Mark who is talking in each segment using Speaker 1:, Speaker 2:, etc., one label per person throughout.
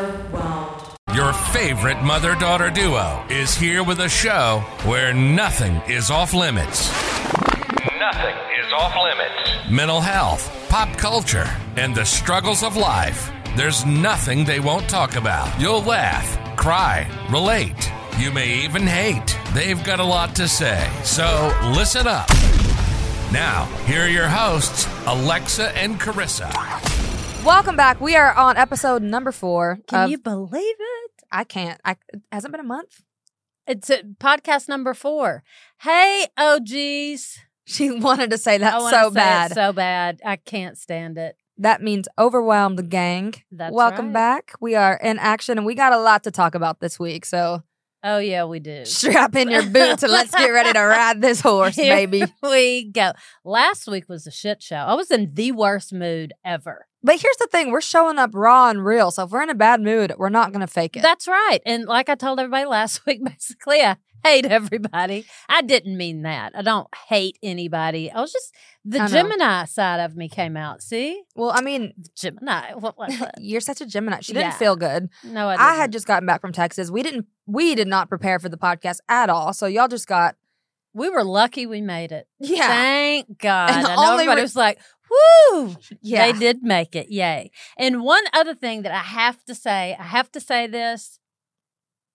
Speaker 1: Overwhelmed.
Speaker 2: Your favorite mother daughter duo is here with a show where nothing is off limits. Nothing is off limits. Mental health, pop culture, and the struggles of life. There's nothing they won't talk about. You'll laugh, cry, relate. You may even hate. They've got a lot to say. So listen up. Now, here are your hosts, Alexa and Carissa.
Speaker 3: Welcome back. We are on episode number four.
Speaker 4: Can
Speaker 3: of-
Speaker 4: you believe it?
Speaker 3: I can't. I it hasn't been a month.
Speaker 4: It's uh podcast number four. Hey, OGs.
Speaker 3: She wanted to say that
Speaker 4: I wanna
Speaker 3: so
Speaker 4: say it
Speaker 3: bad.
Speaker 4: so bad. I can't stand it.
Speaker 3: that means overwhelmed, gang.
Speaker 4: That's
Speaker 3: Welcome
Speaker 4: right.
Speaker 3: back. We are in action, and we got a lot to talk about this week. So
Speaker 4: Oh, yeah, we do.
Speaker 3: strap in your boots and let's get ready to ride this horse,
Speaker 4: Here
Speaker 3: baby.
Speaker 4: we go. Last week was a shit show. I was in the worst mood ever.
Speaker 3: But here's the thing: we're showing up raw and real. So if we're in a bad mood, we're not going to fake it.
Speaker 4: That's right. And like I told everybody last week, basically, I hate everybody. I didn't mean that. I don't hate anybody. I was just, the
Speaker 3: I know.
Speaker 4: Gemini side of me came out. See?
Speaker 3: well, I mean,
Speaker 4: Gemini. What, what, what?
Speaker 3: you're such a Gemini. She didn't
Speaker 4: Yeah.
Speaker 3: feel good.
Speaker 4: No, I,
Speaker 3: I had
Speaker 4: didn't.
Speaker 3: just gotten back from Texas. We didn't. We did not prepare for the podcast at all. So y'all just got
Speaker 4: We were lucky we made it.
Speaker 3: Yeah.
Speaker 4: Thank God.
Speaker 3: And the
Speaker 4: I know
Speaker 3: only
Speaker 4: everybody
Speaker 3: re-
Speaker 4: was like, woo,
Speaker 3: Yeah.
Speaker 4: they did make it. Yay. And one other thing that I have to say, I have to say this.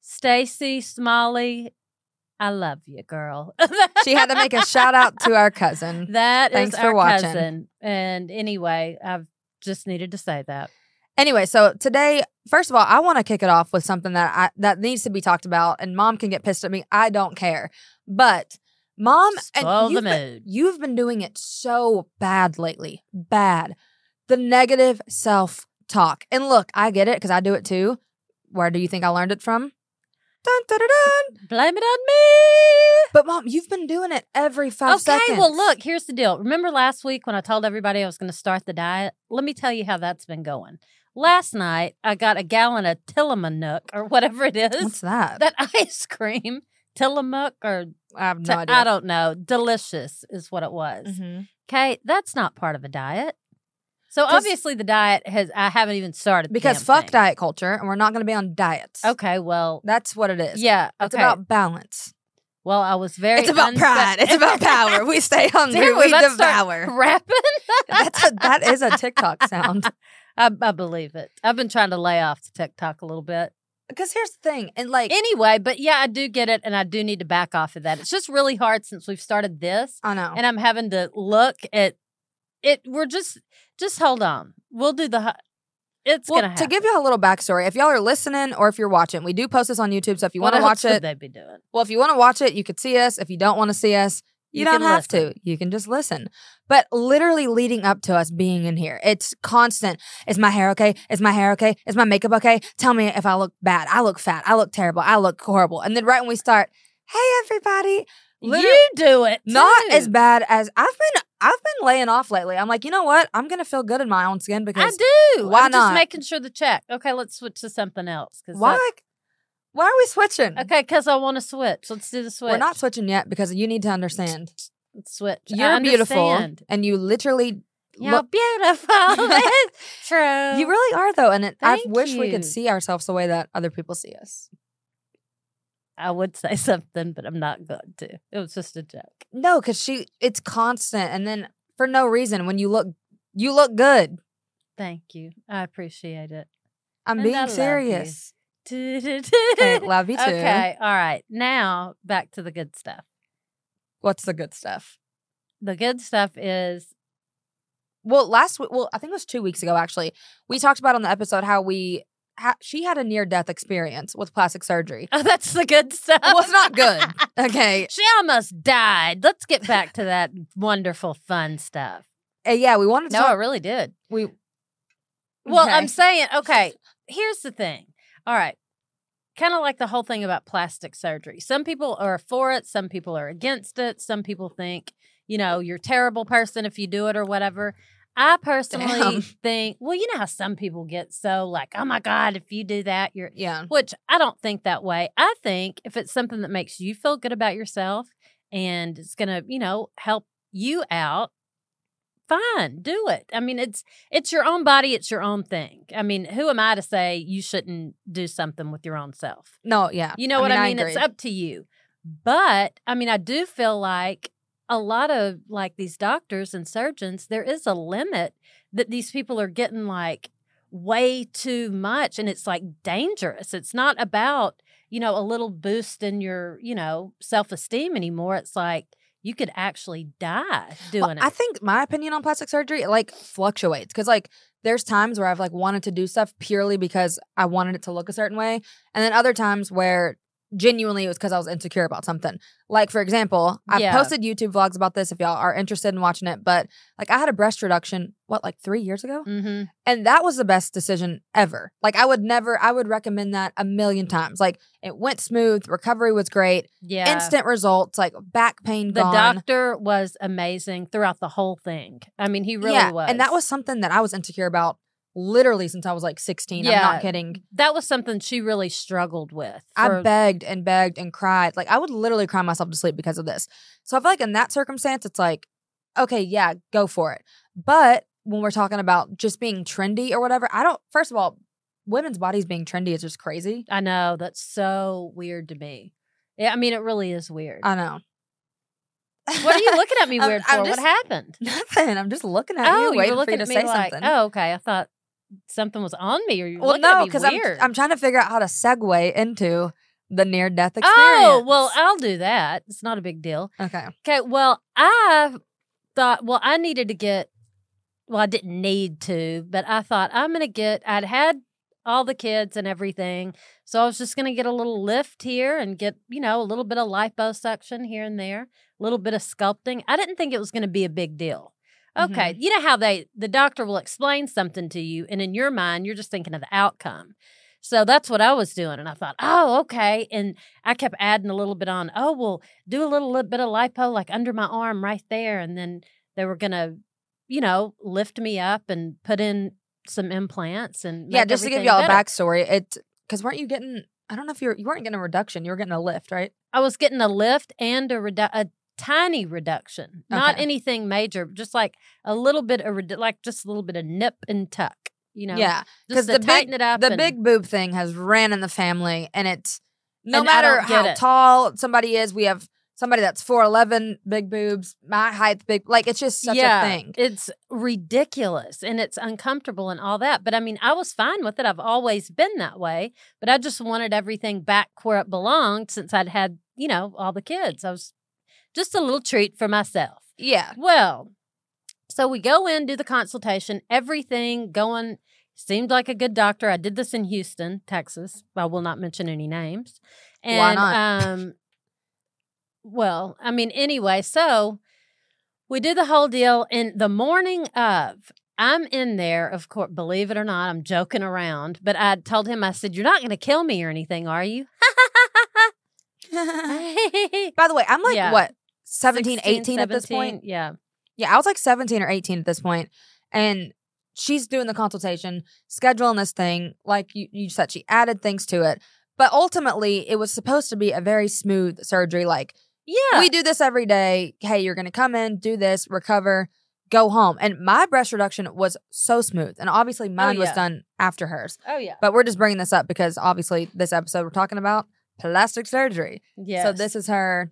Speaker 4: Stacy Smalley, I love you, girl.
Speaker 3: she had to make a shout out to our cousin.
Speaker 4: That is
Speaker 3: Thanks for
Speaker 4: our
Speaker 3: watching.
Speaker 4: cousin. And anyway, I've just needed to say that.
Speaker 3: Anyway, so today, first of all, I want to kick it off with something that I that needs to be talked about, and mom can get pissed at me. I don't care. But mom and
Speaker 4: Spoil the
Speaker 3: you've been-
Speaker 4: mood.
Speaker 3: you've been doing it so bad lately. Bad. The negative self talk. And look, I get it because I do it too. Where do you think I learned it from? Dun, dun, dun, dun.
Speaker 4: Blame it on me.
Speaker 3: But mom, you've been doing it every five
Speaker 4: okay,
Speaker 3: seconds.
Speaker 4: well, look, here's the deal. Remember last week when I told everybody I was going to start the diet? Let me tell you how that's been going. Last night, I got a gallon of Tillamook or whatever it
Speaker 3: What's
Speaker 4: is,
Speaker 3: that?
Speaker 4: that ice cream. Tillamook or
Speaker 3: I have no
Speaker 4: t-
Speaker 3: idea.
Speaker 4: I don't know. Delicious is what it was.
Speaker 3: Mhm.
Speaker 4: Okay, that's not part of a diet. So
Speaker 3: 'Cause-
Speaker 4: obviously the diet has I haven't even started the
Speaker 3: Because
Speaker 4: damn
Speaker 3: fuck
Speaker 4: thing.
Speaker 3: diet culture, and we're not going to be on diets.
Speaker 4: Okay, well,
Speaker 3: That's what it is.
Speaker 4: yeah,
Speaker 3: It's
Speaker 4: okay.
Speaker 3: about balance.
Speaker 4: well, I was very
Speaker 3: it's about
Speaker 4: unsa-
Speaker 3: pride. It's about power. We stay hungry.
Speaker 4: Dude,
Speaker 3: we
Speaker 4: was that start
Speaker 3: devour.
Speaker 4: rapping?
Speaker 3: That's a, that is a TikTok sound.
Speaker 4: I, I believe it. I've been trying to lay off the TikTok a little bit.
Speaker 3: Because here's the thing, and like
Speaker 4: Anyway, but yeah, I do get it and I do need to back off of that. It's just really hard since we've started this
Speaker 3: I know.
Speaker 4: and I'm having to look at it. We're just, just hold on. We'll do the, hu- it's
Speaker 3: well,
Speaker 4: going
Speaker 3: to give y'all a little backstory, if y'all are listening or if you're watching, we do post this on YouTube. So if you want to watch it,
Speaker 4: They'd be doing.
Speaker 3: well, if you want to watch it, you could see us. If you don't want to see us, you,
Speaker 4: You
Speaker 3: don't
Speaker 4: can
Speaker 3: have
Speaker 4: listen.
Speaker 3: to. You can just listen. But literally leading up to us being in here, it's constant. Is my hair okay? Is my hair okay? Is my makeup okay? Tell me if I look bad. I look fat. I look terrible. I look horrible. And then right when we start, hey everybody, literally
Speaker 4: you do it.
Speaker 3: not
Speaker 4: too.
Speaker 3: as bad as I've been. I've been laying off lately. I'm like, you know what? I'm gonna feel good in my own skin
Speaker 4: I
Speaker 3: because
Speaker 4: do.
Speaker 3: why
Speaker 4: I'm
Speaker 3: not?
Speaker 4: just making sure the check. Okay, let's switch to something else. Cause
Speaker 3: why? Why are we switching?
Speaker 4: that- okay, because I want to switch. Let's do the switch.
Speaker 3: We're not switching yet because you need to understand.
Speaker 4: switch. I
Speaker 3: You're beautiful,
Speaker 4: understand.
Speaker 3: and you literally
Speaker 4: You're
Speaker 3: look-
Speaker 4: beautiful. It's true.
Speaker 3: You really are though, and it, I
Speaker 4: Thank
Speaker 3: wish we
Speaker 4: you.
Speaker 3: could see ourselves the way that other people see us.
Speaker 4: I would say something, but I'm not going to. It was just a joke.
Speaker 3: No, because she it's constant, and then for no reason when you look, you look good.
Speaker 4: Thank you. I appreciate it.
Speaker 3: I'm
Speaker 4: And I
Speaker 3: being
Speaker 4: love you.
Speaker 3: serious. I
Speaker 4: okay,
Speaker 3: love you too.
Speaker 4: all right. Now back to the good stuff.
Speaker 3: What's the good stuff?
Speaker 4: The good stuff is
Speaker 3: Well, last week, well, I think it was two weeks ago actually. We talked about on the episode how we ha- she had a near death experience with plastic surgery.
Speaker 4: oh, that's the good stuff.
Speaker 3: Well, it's not good. Okay,
Speaker 4: She almost died. Let's get back to that wonderful, fun stuff.
Speaker 3: Uh, yeah, we wanted to.
Speaker 4: No, I
Speaker 3: talk-
Speaker 4: really did.
Speaker 3: we
Speaker 4: Well,
Speaker 3: Okay.
Speaker 4: I'm saying, okay, here's the thing. All right. Kind of like the whole thing about plastic surgery. Some people are for it, some people are against it, some people think, you know, you're a terrible person if you do it or whatever. I personally
Speaker 3: Damn.
Speaker 4: think, well, you know how some people get so like, oh my God, if you do that, you're
Speaker 3: yeah.
Speaker 4: which I don't think that way. I think if it's something that makes you feel good about yourself and it's going to, you know, help you out fine, do it. I mean, it's it's your own body, it's your own thing. I mean, who am I to say you shouldn't do something with your own self?
Speaker 3: No, yeah.
Speaker 4: You know what I mean? it's
Speaker 3: agree.
Speaker 4: up to you. But I mean, I do feel like a lot of like these doctors and surgeons, there is a limit that these people are getting like way too much and it's like dangerous. It's not about, you know, a little boost in your, you know, self esteem anymore. It's like you could actually die doing
Speaker 3: Well,
Speaker 4: it.
Speaker 3: I think my opinion on plastic surgery it, like fluctuates because like there's times where I've like wanted to do stuff purely because I wanted it to look a certain way, and then other times where genuinely it was because I was insecure about something. Like for example, I've
Speaker 4: Yeah.
Speaker 3: posted YouTube vlogs about this if y'all are interested in watching it. But like I had a breast reduction what like three years ago,
Speaker 4: hmm
Speaker 3: and that was the best decision ever. Like I would never, I would recommend that a million times. Like it went smooth, recovery was great,
Speaker 4: Yeah.
Speaker 3: instant results, like back pain
Speaker 4: the
Speaker 3: gone.
Speaker 4: doctor was amazing throughout the whole thing. I mean, he really was.
Speaker 3: And that was something that I was insecure about literally since I was like 16. I'm
Speaker 4: Yeah.
Speaker 3: not kidding.
Speaker 4: that was something she really struggled with.
Speaker 3: I
Speaker 4: for-
Speaker 3: begged and begged and cried. Like I would literally cry myself to sleep because of this. So I feel like in that circumstance, it's like, okay, yeah, go for it. But when we're talking about just being trendy or whatever, I don't, first of all, women's bodies being trendy is just crazy.
Speaker 4: I know that's so weird to me. Yeah, I mean, it really is weird.
Speaker 3: I know.
Speaker 4: what are you looking at me
Speaker 3: I'm-
Speaker 4: weird
Speaker 3: I'm
Speaker 4: for?
Speaker 3: just-
Speaker 4: what happened?
Speaker 3: Nothing. I'm just looking at
Speaker 4: oh,
Speaker 3: you,
Speaker 4: you
Speaker 3: waiting
Speaker 4: were looking
Speaker 3: for you
Speaker 4: at
Speaker 3: to
Speaker 4: me
Speaker 3: say
Speaker 4: like,
Speaker 3: something.
Speaker 4: oh, okay. I thought something was on me, or you're
Speaker 3: well,
Speaker 4: looking at
Speaker 3: no,
Speaker 4: me
Speaker 3: because I'm,
Speaker 4: weird.
Speaker 3: I'm trying to figure out how to segue into the near death experience.
Speaker 4: oh, well, uh, I'll do that. It's not a big deal.
Speaker 3: okay.
Speaker 4: Okay. Well, I thought, well, I needed to get, well, I didn't need to, but I thought I'm going to get, I'd had all the kids and everything. So I was just going to get a little lift here and get, you know, a little bit of liposuction here and there, a little bit of sculpting. I didn't think it was going to be a big deal. Okay. You know how they, the doctor will explain something to you, and in your mind, you're just thinking of the outcome. So that's what I was doing. And I thought, oh, okay. And I kept adding a little bit on. Oh, well, do a little, li- bit of lipo like under my arm right there and then they were gonna you know lift me up and put in some implants and
Speaker 3: Yeah,
Speaker 4: make
Speaker 3: just to give
Speaker 4: everything
Speaker 3: y'all
Speaker 4: better.
Speaker 3: a backstory, it's because weren't you getting? I don't know if you were, you weren't getting a reduction. You were getting a lift, right?
Speaker 4: i was getting a lift and a redu- a tiny reduction not
Speaker 3: Okay.
Speaker 4: anything major just like a little bit of redu- like just a little bit of nip and tuck you know
Speaker 3: yeah, 'cause
Speaker 4: just to
Speaker 3: the big-
Speaker 4: tighten it up
Speaker 3: the
Speaker 4: and-
Speaker 3: big boob thing has ran in the family, and it's no
Speaker 4: And I
Speaker 3: matter
Speaker 4: don't get
Speaker 3: how
Speaker 4: it.
Speaker 3: tall somebody is, we have somebody that's four eleven, big boobs, my height, big. Like it's just such a thing.
Speaker 4: It's ridiculous and it's uncomfortable and all that. But I mean, I was fine with it. I've always been that way. But I just wanted everything back where it belonged since I'd had, you know, all the kids. I was just a little treat for myself.
Speaker 3: yeah,
Speaker 4: Well, so we go in, do the consultation, everything going seemed like a good doctor. I did this in Houston, Texas. I will not mention any names. And
Speaker 3: Why not?
Speaker 4: um well, I mean anyway, so we do the whole deal in the morning of I'm in there, of course, believe it or not, I'm joking around, but I told him, I said, You're not going to kill me or anything, are you?
Speaker 3: By the way, I'm like
Speaker 4: Yeah.
Speaker 3: what 17,
Speaker 4: 16,
Speaker 3: 18 at this
Speaker 4: 17,
Speaker 3: point.
Speaker 4: Yeah.
Speaker 3: Yeah, I was like 17 or 18 at this point, and she's doing the consultation, scheduling this thing. Like you, you said, she added things to it. But ultimately, it was supposed to be a very smooth surgery. Like,
Speaker 4: Yeah.
Speaker 3: we do this every day. Hey, you're going to come in, do this, recover, go home. And my breast reduction was so smooth. And obviously, mine was
Speaker 4: Oh, yeah.
Speaker 3: done after hers.
Speaker 4: oh, yeah.
Speaker 3: But we're just bringing this up because obviously, this episode we're talking about plastic surgery.
Speaker 4: Yeah.
Speaker 3: So, this is her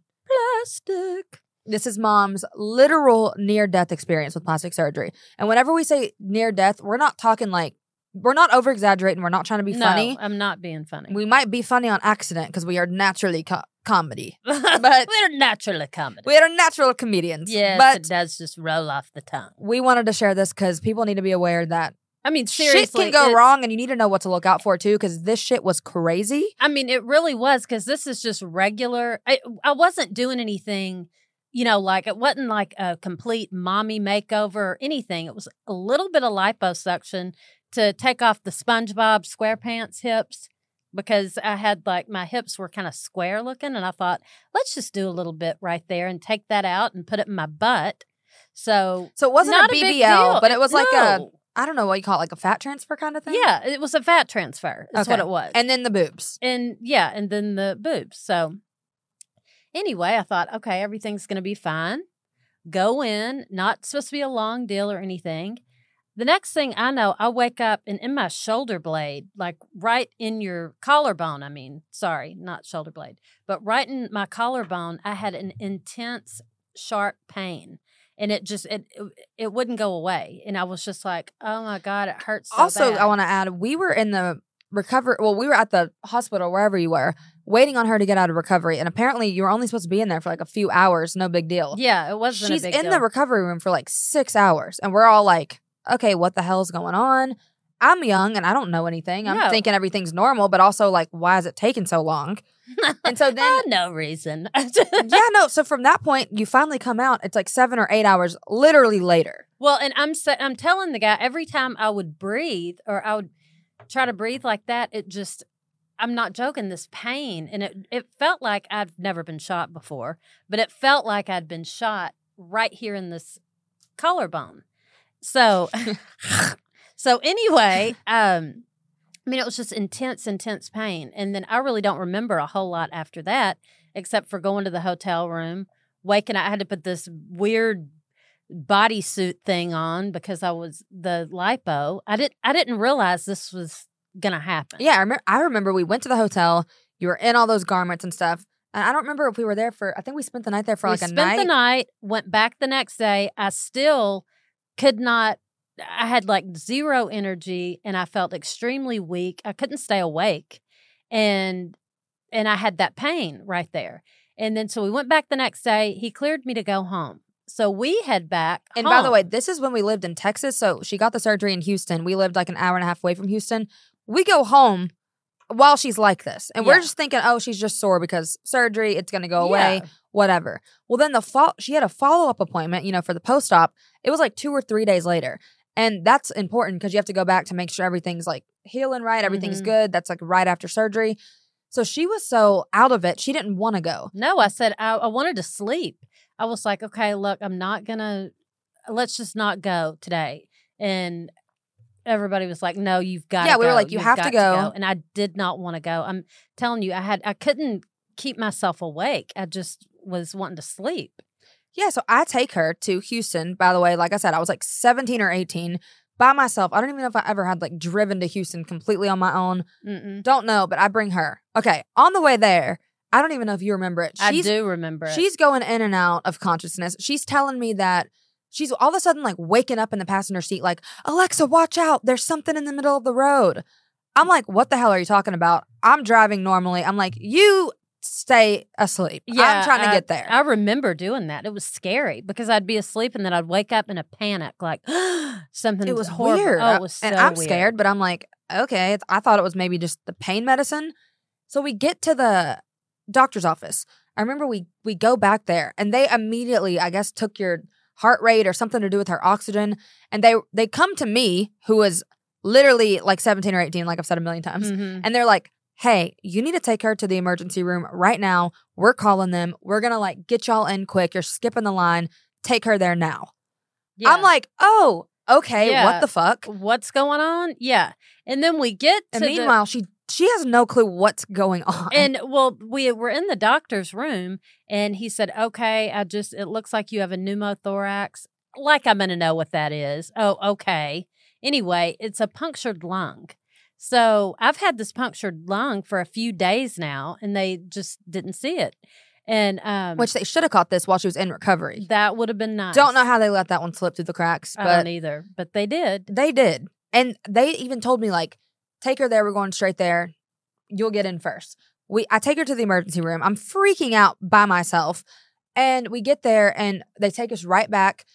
Speaker 4: plastic.
Speaker 3: this is mom's literal near death experience with plastic surgery. And whenever we say near death, we're not talking like, we're not over exaggerating. We're not trying to be
Speaker 4: no,
Speaker 3: funny.
Speaker 4: I'm not being funny.
Speaker 3: We might be funny on accident because we are naturally co- comedy.
Speaker 4: but we're naturally comedy.
Speaker 3: We are natural comedians.
Speaker 4: yes,
Speaker 3: But
Speaker 4: it does just roll off the tongue.
Speaker 3: we wanted to share this because people need to be aware that
Speaker 4: I mean, seriously,
Speaker 3: shit can go
Speaker 4: it's-
Speaker 3: wrong and you need to know what to look out for too because this shit was crazy.
Speaker 4: I mean, it really was because this is just regular. I, I wasn't doing anything, you know, like it wasn't like a complete mommy makeover or anything. It was a little bit of liposuction to take off the SpongeBob SquarePants hips because I had like my hips were kind of square looking. And I thought, let's just do a little bit right there and take that out and put it in my butt. So.
Speaker 3: So it wasn't
Speaker 4: not
Speaker 3: a
Speaker 4: big
Speaker 3: BBL,
Speaker 4: deal.
Speaker 3: but it was like a,
Speaker 4: No.
Speaker 3: I don't know what you call it, like a fat transfer kind of thing.
Speaker 4: Yeah, it was a fat transfer. That's what
Speaker 3: Okay.
Speaker 4: it was.
Speaker 3: And then the boobs.
Speaker 4: and yeah, and then the boobs. So anyway, I thought, okay, everything's gonna be fine. Go in, not supposed to be a long deal or anything. The next thing I know, I wake up and in my shoulder blade, like right in your collarbone, I mean, sorry, not shoulder blade, but right in my collarbone, I had an intense, sharp pain. And it just it it wouldn't go away, and I was just like, "Oh my god, it hurts." So
Speaker 3: also,
Speaker 4: bad.
Speaker 3: I want to add, we were in the recovery. Well, we were at the hospital, wherever you were, waiting on her to get out of recovery. And apparently, you were only supposed to be in there for like a few hours. No big deal.
Speaker 4: yeah, it wasn't. a
Speaker 3: She's
Speaker 4: big
Speaker 3: in
Speaker 4: deal.
Speaker 3: the recovery room for like six hours, and we're all like, "Okay, what the hell's going on?" I'm young and I don't know anything. I'm
Speaker 4: No.
Speaker 3: thinking everything's normal, but also like, why is it taking so long? And so then
Speaker 4: oh, no reason.
Speaker 3: yeah, no. So from that point, you finally come out. It's like seven or eight hours, literally later.
Speaker 4: well, and I'm sa- I'm telling the guy every time I would breathe or I would try to breathe like that, it just I'm not joking. This pain and it it felt like I've never been shot before, but it felt like I'd been shot right here in this collarbone. So, so anyway, um, I mean, it was just intense, intense pain, and then I really don't remember a whole lot after that, except for going to the hotel room, waking. up. I had to put this weird bodysuit thing on because I was the lipo. I didn't. I didn't realize this was gonna happen.
Speaker 3: Yeah, I, remember. I remember we went to the hotel. You were in all those garments and stuff. And I don't remember if we were there for. I think we spent the night there for
Speaker 4: we
Speaker 3: like a
Speaker 4: spent
Speaker 3: night.
Speaker 4: the night, went back the next day. I still could not. I had like zero energy, and I felt extremely weak. I couldn't stay awake, and and I had that pain right there. And then so we went back the next day. He cleared me to go home. So we head back.
Speaker 3: and by the
Speaker 4: home.
Speaker 3: way, this is when we lived in Texas. So she got the surgery in Houston. We lived like an hour and a half away from Houston. We go home while she's like this, and we're
Speaker 4: Yeah.
Speaker 3: just thinking, oh, she's just sore because surgery. It's gonna go
Speaker 4: Yeah.
Speaker 3: away. whatever. Well, then the fall, she had a follow up appointment, you know, for the post op. It was like two or three days later. And that's important because you have to go back to make sure everything's like healing right, everything's
Speaker 4: Mhm.
Speaker 3: good. That's like right after surgery. So she was so out of it, she didn't want to go.
Speaker 4: No, I said I, I wanted to sleep. I was like, okay, look, I'm not gonna. Let's just not go today. And everybody was like, no, you've got.
Speaker 3: Yeah, we were like, you have to go.
Speaker 4: And I did not want to go. I'm telling you, I had I couldn't keep myself awake. I just was wanting to sleep.
Speaker 3: Yeah, so I take her to Houston. By the way, like I said, I was like 17 or 18 by myself. I don't even know if I ever had like driven to Houston completely on my own.
Speaker 4: Mm-mm.
Speaker 3: Don't know, but I bring her. Okay, on the way there, I don't even know if you remember it.
Speaker 4: I
Speaker 3: She's
Speaker 4: do remember. it.
Speaker 3: She's going in and out of consciousness. She's telling me that she's all of a sudden like waking up in the passenger seat, like, Alexa, watch out. There's something in the middle of the road. I'm like, what the hell are you talking about? I'm driving normally. I'm like, you stay asleep. I'm trying to
Speaker 4: I-
Speaker 3: get there.
Speaker 4: I remember doing that. It was scary because I'd be asleep and then I'd wake up in a panic, like something.
Speaker 3: it was
Speaker 4: horrible.
Speaker 3: weird.
Speaker 4: Oh, it was so
Speaker 3: and I'm
Speaker 4: weird.
Speaker 3: scared, but I'm like, okay, it's- I thought it was maybe just the pain medicine. So we get to the doctor's office. I remember we we go back there and they immediately, I guess, took your heart rate or something to do with her oxygen. And they they come to me, who was literally like 17 or 18, like I've said a million times,
Speaker 4: Mhm.
Speaker 3: and they're like, Hey, you need to take her to the emergency room right now. We're calling them. We're gonna like get y'all in quick. You're skipping the line. Take her there now. I'm
Speaker 4: Yeah.
Speaker 3: like, oh, okay,
Speaker 4: Yeah.
Speaker 3: what the fuck?
Speaker 4: what's going on? Yeah. And then we get to
Speaker 3: And
Speaker 4: the-
Speaker 3: meanwhile, she she has no clue what's going on.
Speaker 4: and well, we were in the doctor's room and he said, Okay, I just it looks like you have a pneumothorax. Like I'm gonna know what that is. Oh, okay. Anyway, it's a punctured lung. So I've had this punctured lung for a few days now and they just didn't see it. And um
Speaker 3: which they should have caught this while she was in recovery.
Speaker 4: that would have been nice.
Speaker 3: Don't know how they let that one slip through the cracks,
Speaker 4: I
Speaker 3: but
Speaker 4: don't either. But they did.
Speaker 3: they did. And they even told me like, take her there. We're going straight there. You'll get in first. We I take her to the emergency room. I'm freaking out by myself, and we get there and they take us right back.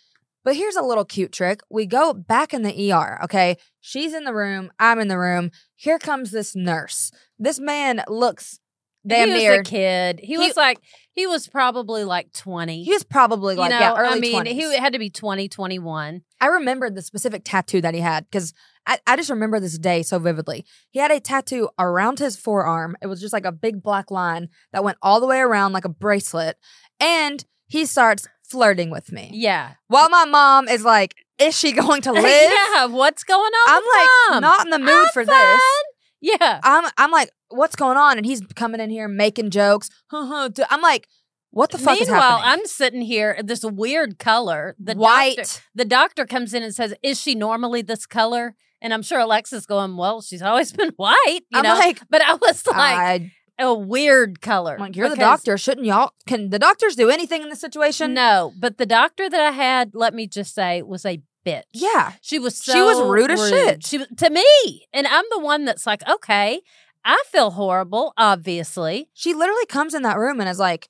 Speaker 3: But here's a little cute trick. We go back in the ER. Okay, she's in the room. I'm in the room. Here comes this nurse. This man looks damn
Speaker 4: he
Speaker 3: near
Speaker 4: was a kid. He,
Speaker 3: He-
Speaker 4: was like he was probably like twenty.
Speaker 3: He was probably like yeah, early
Speaker 4: I mean,
Speaker 3: 20s.
Speaker 4: he had to be 20, 21.
Speaker 3: I remembered the specific tattoo that he had because I, I just remember this day so vividly. He had a tattoo around his forearm. It was just like a big black line that went all the way around like a bracelet. And he starts flirting with me.
Speaker 4: Yeah.
Speaker 3: While my mom is like, is she going to live?
Speaker 4: yeah. What's going on?
Speaker 3: I'm
Speaker 4: with
Speaker 3: like,
Speaker 4: mom?
Speaker 3: not in the mood
Speaker 4: I'm
Speaker 3: for
Speaker 4: fine.
Speaker 3: this.
Speaker 4: Yeah.
Speaker 3: I'm I'm like, what's going on? And he's coming in here making jokes. Huh, huh, duh. I'm like, What the fuck is
Speaker 4: Meanwhile,
Speaker 3: happening?
Speaker 4: I'm sitting here this weird color. The
Speaker 3: White.
Speaker 4: Doctor, the doctor comes in and says, "Is she normally this color?" And I'm sure Alexa's going, "Well, she's always been white." You
Speaker 3: I'm
Speaker 4: know?
Speaker 3: like,
Speaker 4: but I was like
Speaker 3: I-
Speaker 4: a weird color.
Speaker 3: I'm like, you're the
Speaker 4: because-
Speaker 3: doctor. Shouldn't y'all? Can the doctors do anything in this situation?
Speaker 4: No, but the doctor that I had, let me just say, was a bitch.
Speaker 3: Yeah.
Speaker 4: She was so
Speaker 3: She was rude as shit.
Speaker 4: She was- to me, and I'm the one that's like, okay, I feel horrible, obviously.
Speaker 3: She literally comes in that room and is like,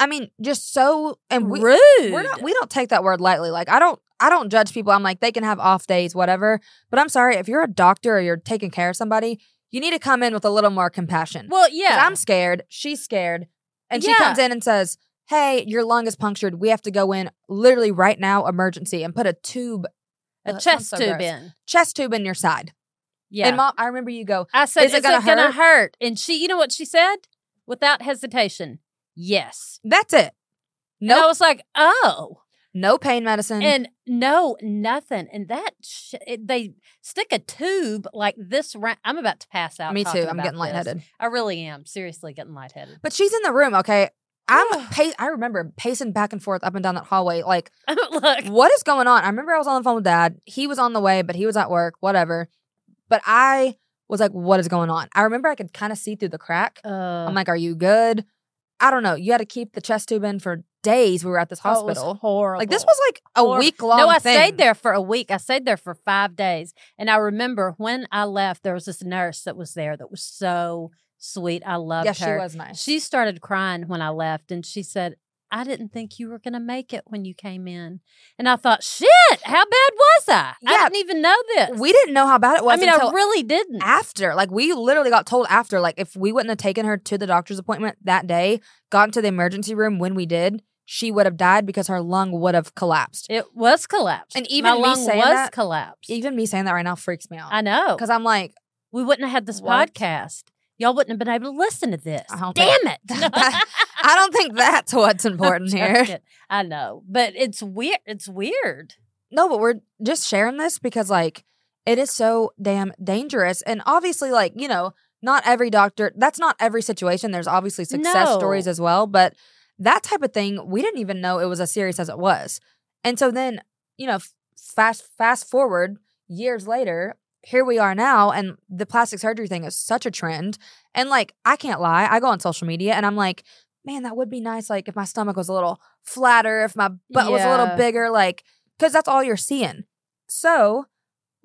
Speaker 3: I mean, just so and we,
Speaker 4: rude.
Speaker 3: we're not we don't take that word lightly. Like I don't I don't judge people. I'm like they can have off days, whatever. But I'm sorry if you're a doctor or you're taking care of somebody, you need to come in with a little more compassion.
Speaker 4: well,
Speaker 3: 'Cause
Speaker 4: yeah,
Speaker 3: I'm scared. She's scared, and she
Speaker 4: Yeah.
Speaker 3: comes in and says, "Hey, your lung is punctured. We have to go in literally right now, emergency, and put a tube, Ugh,
Speaker 4: a
Speaker 3: that
Speaker 4: chest
Speaker 3: sounds so
Speaker 4: tube
Speaker 3: gross.
Speaker 4: in.
Speaker 3: chest tube in your side."
Speaker 4: Yeah,
Speaker 3: And mom, I remember you go,
Speaker 4: I said,
Speaker 3: Is it gonna hurt?"
Speaker 4: And she, you know what she said? Without hesitation, yes.
Speaker 3: "That's it.
Speaker 4: No, And I
Speaker 3: No,
Speaker 4: was like, oh,
Speaker 3: no pain medicine."
Speaker 4: and no, nothing. And that sh- it, they stick a tube like this. Ra- I'm about to pass out.
Speaker 3: me
Speaker 4: talking
Speaker 3: too. I'm
Speaker 4: about
Speaker 3: getting
Speaker 4: this.
Speaker 3: lightheaded.
Speaker 4: I really am. Seriously, getting lightheaded.
Speaker 3: But she's in the room, okay? I'm pa- I remember pacing back and forth up and down that hallway like
Speaker 4: Look,
Speaker 3: what is going on? I remember I was on the phone with dad. He was on the way, but he was at work, whatever. But I was like what is going on? I remember I could kind of see through the crack.
Speaker 4: uh,
Speaker 3: I'm like are you good? I don't know. You had to keep the chest tube in for days. We were at this
Speaker 4: oh, it was
Speaker 3: hospital.
Speaker 4: horrible.
Speaker 3: Like this was like a
Speaker 4: Horrible.
Speaker 3: week long
Speaker 4: No, I
Speaker 3: thing.
Speaker 4: stayed there for a week. I stayed there for five days. And I remember when I left, there was this nurse that was there that was so sweet. I loved
Speaker 3: Yeah,
Speaker 4: her.
Speaker 3: she was nice.
Speaker 4: She started crying when I left and she said, I didn't think you were going to make it when you came in. And I thought, shit, how bad was I? I
Speaker 3: Yeah.
Speaker 4: didn't even know this.
Speaker 3: we didn't know how bad it was
Speaker 4: I mean,
Speaker 3: until
Speaker 4: I really didn't.
Speaker 3: after. Like we literally got told after. Like if we wouldn't have taken her to the doctor's appointment that day, gotten to the emergency room when we did, she would have died because her lung would have collapsed.
Speaker 4: it was collapsed.
Speaker 3: And
Speaker 4: My
Speaker 3: even me
Speaker 4: lung was
Speaker 3: saying that- e
Speaker 4: collapsed.
Speaker 3: Even me saying that right now freaks me
Speaker 4: I
Speaker 3: out
Speaker 4: know.
Speaker 3: because I'm like,
Speaker 4: We wouldn't have had this
Speaker 3: What?
Speaker 4: podcast. Y'all wouldn't have been able to listen to this.
Speaker 3: I don't
Speaker 4: Damn
Speaker 3: think-
Speaker 4: it.
Speaker 3: That- I don't think that's what's important here.
Speaker 4: Joking. I know, but it's weird. It's weird.
Speaker 3: No, but we're just sharing this because like it is so damn dangerous, and obviously, like you know, not every doctor. That's not every situation. There's obviously success
Speaker 4: No.
Speaker 3: stories as well, but that type of thing, we didn't even know it was as serious as it was. And so then, you know, f- fast fast forward years later, here we are now, and the plastic surgery thing is such a trend. And like, I can't lie, I go on social media and I'm like, man, that would be nice. Like, if my stomach was a little flatter, if my butt was a
Speaker 4: Yeah.
Speaker 3: little bigger, like, because that's all you're seeing. So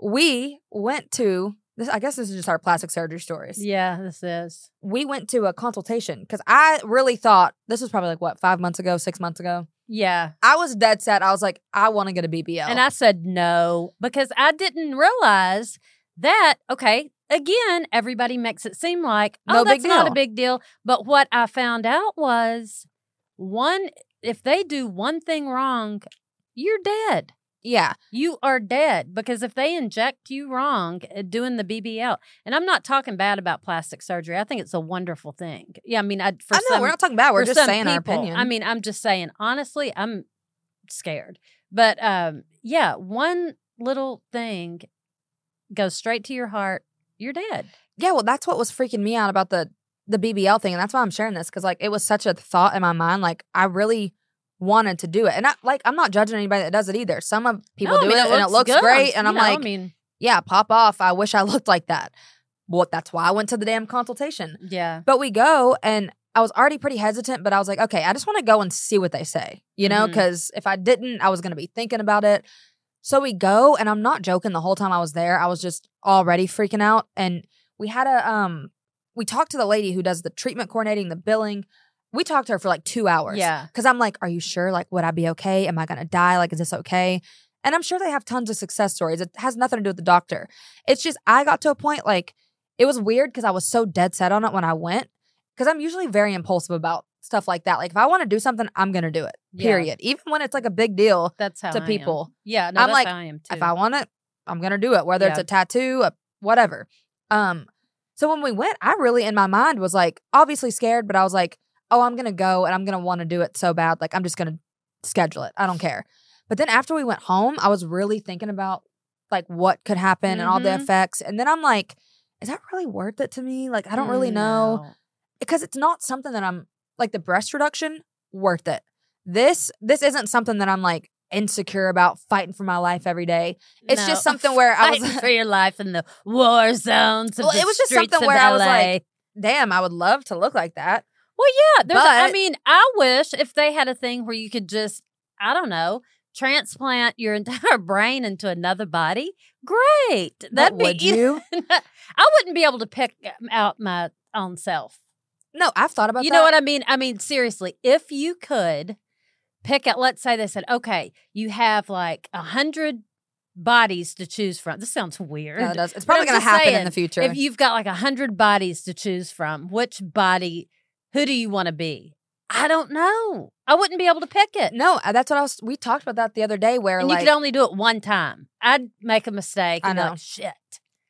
Speaker 3: we went to this. I guess this is just our plastic surgery stories
Speaker 4: Yeah, this is.
Speaker 3: we went to a consultation because I really thought this was probably like what five months ago, six months ago.
Speaker 4: Yeah,
Speaker 3: I was dead set. I was like, I want to get a BBL.
Speaker 4: and I said no because I didn't realize that. Okay, again, everybody makes it seem like oh,
Speaker 3: No
Speaker 4: that's
Speaker 3: big
Speaker 4: not a
Speaker 3: deal.
Speaker 4: big deal. But what I found out was one: if they do one thing wrong, you're dead.
Speaker 3: yeah,
Speaker 4: You are dead because if they inject you wrong uh, doing the BBL, and I'm not talking bad about plastic surgery. I think it's a wonderful thing. Yeah, I mean, I, for
Speaker 3: I know
Speaker 4: some,
Speaker 3: we're not talking bad. We're
Speaker 4: for
Speaker 3: just
Speaker 4: some
Speaker 3: saying our
Speaker 4: people,
Speaker 3: opinion.
Speaker 4: I mean, I'm just saying honestly, I'm scared. But um, yeah, one little thing goes straight to your heart. You're dead.
Speaker 3: yeah, well, that's what was freaking me out about the the BBL thing, and that's why I'm sharing this because like it was such a thought in my mind. Like I really wanted to do it, and I like I'm not judging anybody that does it either. Some of people
Speaker 4: No, I
Speaker 3: do
Speaker 4: mean,
Speaker 3: it, and it looks
Speaker 4: good.
Speaker 3: great, and
Speaker 4: You
Speaker 3: I'm
Speaker 4: know,
Speaker 3: like,
Speaker 4: I mean,
Speaker 3: yeah, pop off. I wish I looked like that. Well, that's why I went to the damn consultation.
Speaker 4: yeah,
Speaker 3: But we go and I was already pretty hesitant, but I was like, okay, I just want to go and see what they say, you know,
Speaker 4: Mhm.
Speaker 3: because if I didn't, I was going to be thinking about it. So we go and I'm not joking the whole time I was there. I was just already freaking out and we had a um we talked to the lady who does the treatment coordinating, the billing. We talked to her for like 2 hours.
Speaker 4: yeah.
Speaker 3: Cause I'm like, are you sure? Like, would I be okay? Am I gonna die? Like, is this okay? And I'm sure they have tons of success stories. It has nothing to do with the doctor. It's just I got to a point like it was weird because I was so dead set on it when I went. Cause I'm usually very impulsive about stuff like that. Like if I want to do something, I'm gonna do it.
Speaker 4: Yeah.
Speaker 3: Period. Even when it's like a big deal
Speaker 4: That's how
Speaker 3: to
Speaker 4: I am.
Speaker 3: people.
Speaker 4: Yeah, no,
Speaker 3: I'm
Speaker 4: that's
Speaker 3: like,
Speaker 4: how I am too.
Speaker 3: If I want it, I'm gonna do it, whether it's
Speaker 4: Yeah.
Speaker 3: a tattoo, a whatever. Um, so when we went, I really in my mind was like obviously scared, but I was like, oh, I'm gonna go and I'm gonna want to do it so bad, like I'm just gonna schedule it. I don't care. But then after we went home, I was really thinking about like what could happen and all the
Speaker 4: Mhm.
Speaker 3: effects, and then I'm like, is that really worth it to me? Like I don't really know
Speaker 4: Mm, No.
Speaker 3: because it's not something that I'm like the breast reduction worth it. This this isn't something that I'm like insecure about fighting for my life every day. It's
Speaker 4: No.
Speaker 3: just something where I
Speaker 4: Fighting
Speaker 3: was
Speaker 4: for your life in the war zones. Of
Speaker 3: Well,
Speaker 4: the
Speaker 3: it was just
Speaker 4: streets
Speaker 3: something
Speaker 4: of
Speaker 3: where
Speaker 4: LA.
Speaker 3: I was like- damn, I would love to look like that.
Speaker 4: Well, yeah. There's, I
Speaker 3: But-
Speaker 4: mean, I wish if they had a thing where you could just, I don't know, transplant your entire brain into another body. Great.
Speaker 3: But
Speaker 4: That'd be.
Speaker 3: would you?
Speaker 4: I wouldn't be able to pick um, out my own self.
Speaker 3: No, I've thought about
Speaker 4: you
Speaker 3: that.
Speaker 4: know what I mean? I mean, seriously, if you could pick out, let's say they said, okay, you have like a hundred bodies to choose from. This sounds weird.
Speaker 3: No, it does. It's probably
Speaker 4: I'm
Speaker 3: going to
Speaker 4: just
Speaker 3: happen
Speaker 4: saying,
Speaker 3: in the future.
Speaker 4: If you've got like a hundred bodies to choose from, which body, who do you want to be? I don't know. I wouldn't be able to pick it.
Speaker 3: no, uh, that's what I was. We talked about that the other day. Where
Speaker 4: And
Speaker 3: like
Speaker 4: you could only do it one time. I'd make a mistake.
Speaker 3: I
Speaker 4: And Be
Speaker 3: know.
Speaker 4: like, Shit.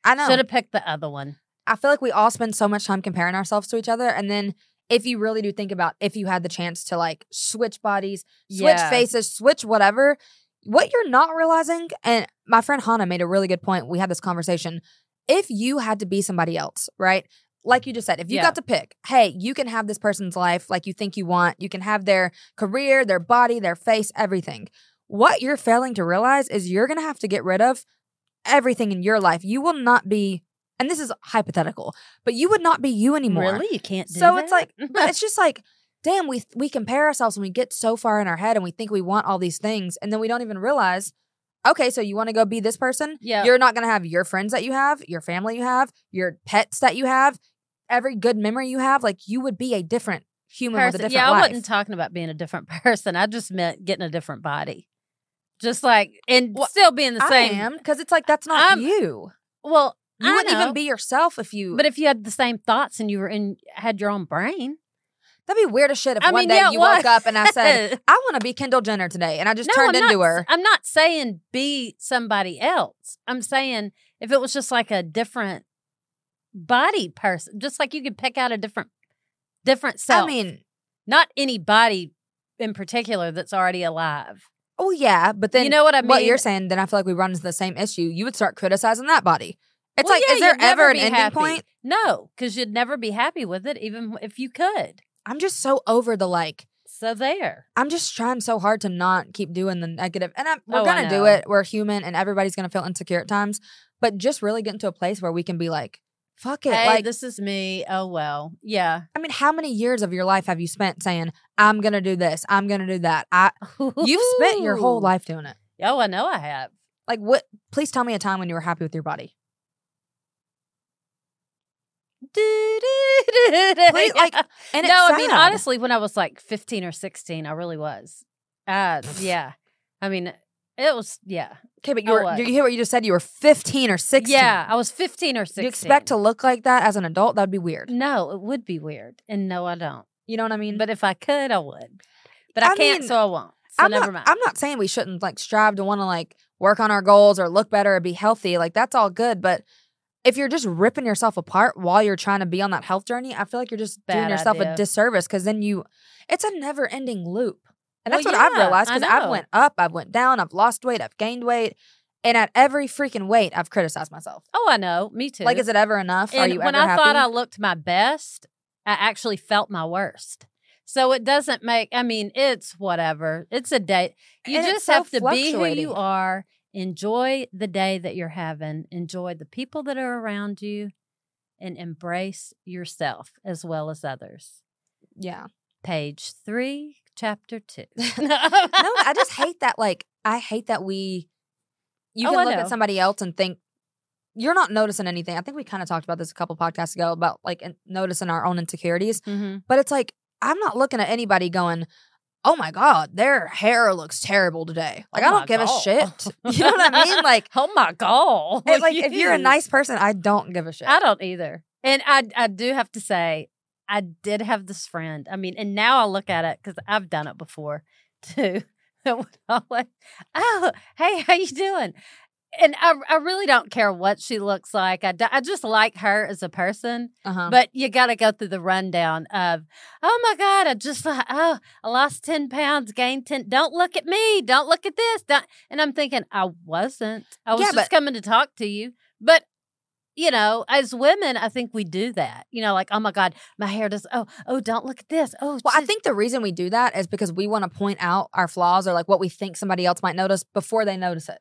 Speaker 3: I know.
Speaker 4: Should have picked the other one.
Speaker 3: I feel like we all spend so much time comparing ourselves to each other, and then if you really do think about if you had the chance to like switch bodies, switch
Speaker 4: Yeah.
Speaker 3: faces, switch whatever, what you're not realizing, and my friend Hannah made a really good point. We had this conversation. If you had to be somebody else, right? Like you just said, if you
Speaker 4: Yeah.
Speaker 3: got to pick, hey, you can have this person's life like you think you want. You can have their career, their body, their face, everything. What you're failing to realize is you're going to have to get rid of everything in your life. You will not be, and this is hypothetical, but you would not be you anymore.
Speaker 4: Really? You can't do
Speaker 3: So it's
Speaker 4: that?
Speaker 3: like, but it's just like, damn, we we compare ourselves and we get so far in our head and we think we want all these things, and then we don't even realize. Okay, so you want to go be this person?
Speaker 4: Yeah.
Speaker 3: You're not going to have your friends that you have, your family you have, your pets that you have, every good memory you have. Like you would be a different human with a
Speaker 4: person.
Speaker 3: different
Speaker 4: yeah, I
Speaker 3: life.
Speaker 4: wasn't talking about being a different person. I just meant getting a different body. Just like and
Speaker 3: Well,
Speaker 4: still being the
Speaker 3: I
Speaker 4: same.
Speaker 3: am because it's like that's not
Speaker 4: I'm-
Speaker 3: you.
Speaker 4: Well,
Speaker 3: You
Speaker 4: I
Speaker 3: wouldn't
Speaker 4: know.
Speaker 3: even be yourself if you.
Speaker 4: but if you had the same thoughts and you were in had your own brain,
Speaker 3: That'd be weird as shit if
Speaker 4: I
Speaker 3: one
Speaker 4: mean,
Speaker 3: day
Speaker 4: yeah, it
Speaker 3: you woke
Speaker 4: was.
Speaker 3: up and I said, I want to be Kendall Jenner today. And I just
Speaker 4: No,
Speaker 3: turned
Speaker 4: I'm
Speaker 3: into
Speaker 4: not,
Speaker 3: her.
Speaker 4: I'm not saying be somebody else. I'm saying if it was just like a different body person, just like you could pick out a different different self.
Speaker 3: I mean,
Speaker 4: not any body in particular that's already alive.
Speaker 3: oh, yeah. But then
Speaker 4: you know what I mean?
Speaker 3: what you're saying, then I feel like we run into the same issue. You would start criticizing that body. It's
Speaker 4: Well,
Speaker 3: like,
Speaker 4: yeah,
Speaker 3: is there
Speaker 4: you'd never
Speaker 3: ever an
Speaker 4: be
Speaker 3: ending
Speaker 4: happy.
Speaker 3: point?
Speaker 4: No, because you'd never be happy with it, even if you could.
Speaker 3: I'm just so over the like,
Speaker 4: So there.
Speaker 3: I'm just trying so hard to not keep doing the negative. And I, we're
Speaker 4: Oh, I
Speaker 3: going to do
Speaker 4: know.
Speaker 3: it. We're human and everybody's going to feel insecure at times. But just really getting to a place where we can be like, fuck it.
Speaker 4: hey,
Speaker 3: like,
Speaker 4: this is me. Oh well. Yeah.
Speaker 3: I mean, how many years of your life have you spent saying, I'm going to do this, I'm going to do that? I, you've spent your whole
Speaker 4: Ooh.
Speaker 3: life doing it.
Speaker 4: Oh, I know I have.
Speaker 3: Like what? Please tell me a time when you were happy with your body. Please, like, And it's
Speaker 4: no,
Speaker 3: sad.
Speaker 4: I mean honestly, when I was like fifteen or sixteen, I really was. Uh, yeah. I mean, it was yeah,
Speaker 3: Okay, but you
Speaker 4: I
Speaker 3: were,
Speaker 4: was.
Speaker 3: you hear what you just said? You were 15 or 16.
Speaker 4: yeah. I was fifteen or sixteen.
Speaker 3: You expect to look like that as an adult? That'd be weird.
Speaker 4: No, it would be weird, and no, I don't.
Speaker 3: You know what I mean?
Speaker 4: But if I could, I would. But I,
Speaker 3: Mm. I
Speaker 4: can't,
Speaker 3: mean,
Speaker 4: so I won't. So
Speaker 3: I'm
Speaker 4: never
Speaker 3: not,
Speaker 4: mind.
Speaker 3: I'm not saying we shouldn't like strive to want to like work on our goals or look better or be healthy. Like that's all good. But if you're just ripping yourself apart while you're trying to be on that health journey, I feel like you're just doing
Speaker 4: Bad
Speaker 3: yourself
Speaker 4: idea.
Speaker 3: a disservice because then you, it's a never ending loop. And
Speaker 4: Well,
Speaker 3: that's what I've
Speaker 4: yeah,
Speaker 3: realized
Speaker 4: I
Speaker 3: because I've
Speaker 4: know.
Speaker 3: went up, I've went down, I've lost weight, I've gained weight, and at every freaking weight, I've criticized myself.
Speaker 4: Oh, I know. Me too.
Speaker 3: Like, is it ever enough? Are
Speaker 4: and
Speaker 3: you
Speaker 4: when
Speaker 3: ever
Speaker 4: I
Speaker 3: happy?
Speaker 4: thought I looked my best, I actually felt my worst. So it doesn't make. I mean, it's whatever. It's a day. You
Speaker 3: And it's
Speaker 4: just have
Speaker 3: so
Speaker 4: to be who
Speaker 3: fluctuating.
Speaker 4: you are. Enjoy the day that you're having. Enjoy the people that are around you, and embrace yourself as well as others.
Speaker 3: yeah.
Speaker 4: Page three, chapter two.
Speaker 3: No, I just hate that. Like, I hate that we. You
Speaker 4: Oh,
Speaker 3: can
Speaker 4: I
Speaker 3: look
Speaker 4: know.
Speaker 3: at somebody else and think you're not noticing anything. I think we kind of talked about this a couple podcasts ago about like in- noticing our own insecurities,
Speaker 4: Mhm.
Speaker 3: but it's like I'm not looking at anybody going, "Oh my god, their hair looks terrible today." Like
Speaker 4: Oh
Speaker 3: I
Speaker 4: my
Speaker 3: don't give
Speaker 4: God.
Speaker 3: a shit. You know what I mean? Like,
Speaker 4: Oh my god!
Speaker 3: it, like if you're a
Speaker 4: Yes.
Speaker 3: nice person, I don't give a shit.
Speaker 4: I don't either. And I I do have to say, I did have this friend. I mean, and now I look at it because I've done it before too. I'm like, oh, hey, how you doing? And I, I really don't care what she looks like. I, do- I just like her as a person.
Speaker 3: Uh-huh.
Speaker 4: But you got to go through the rundown of, oh my God, I just, lo- oh, I lost 10 pounds, gained 10. Don't look at me. Don't look at this. Don't. And I'm thinking, I wasn't. I was
Speaker 3: Yeah,
Speaker 4: just coming to talk to you. But you know, as women, I think we do that. You know, like, oh my God, my hair does. Oh, oh, don't look at this. Oh,
Speaker 3: Well, I
Speaker 4: she's-
Speaker 3: think the reason we do that is because we want to point out our flaws or like what we think somebody else might notice before they notice it.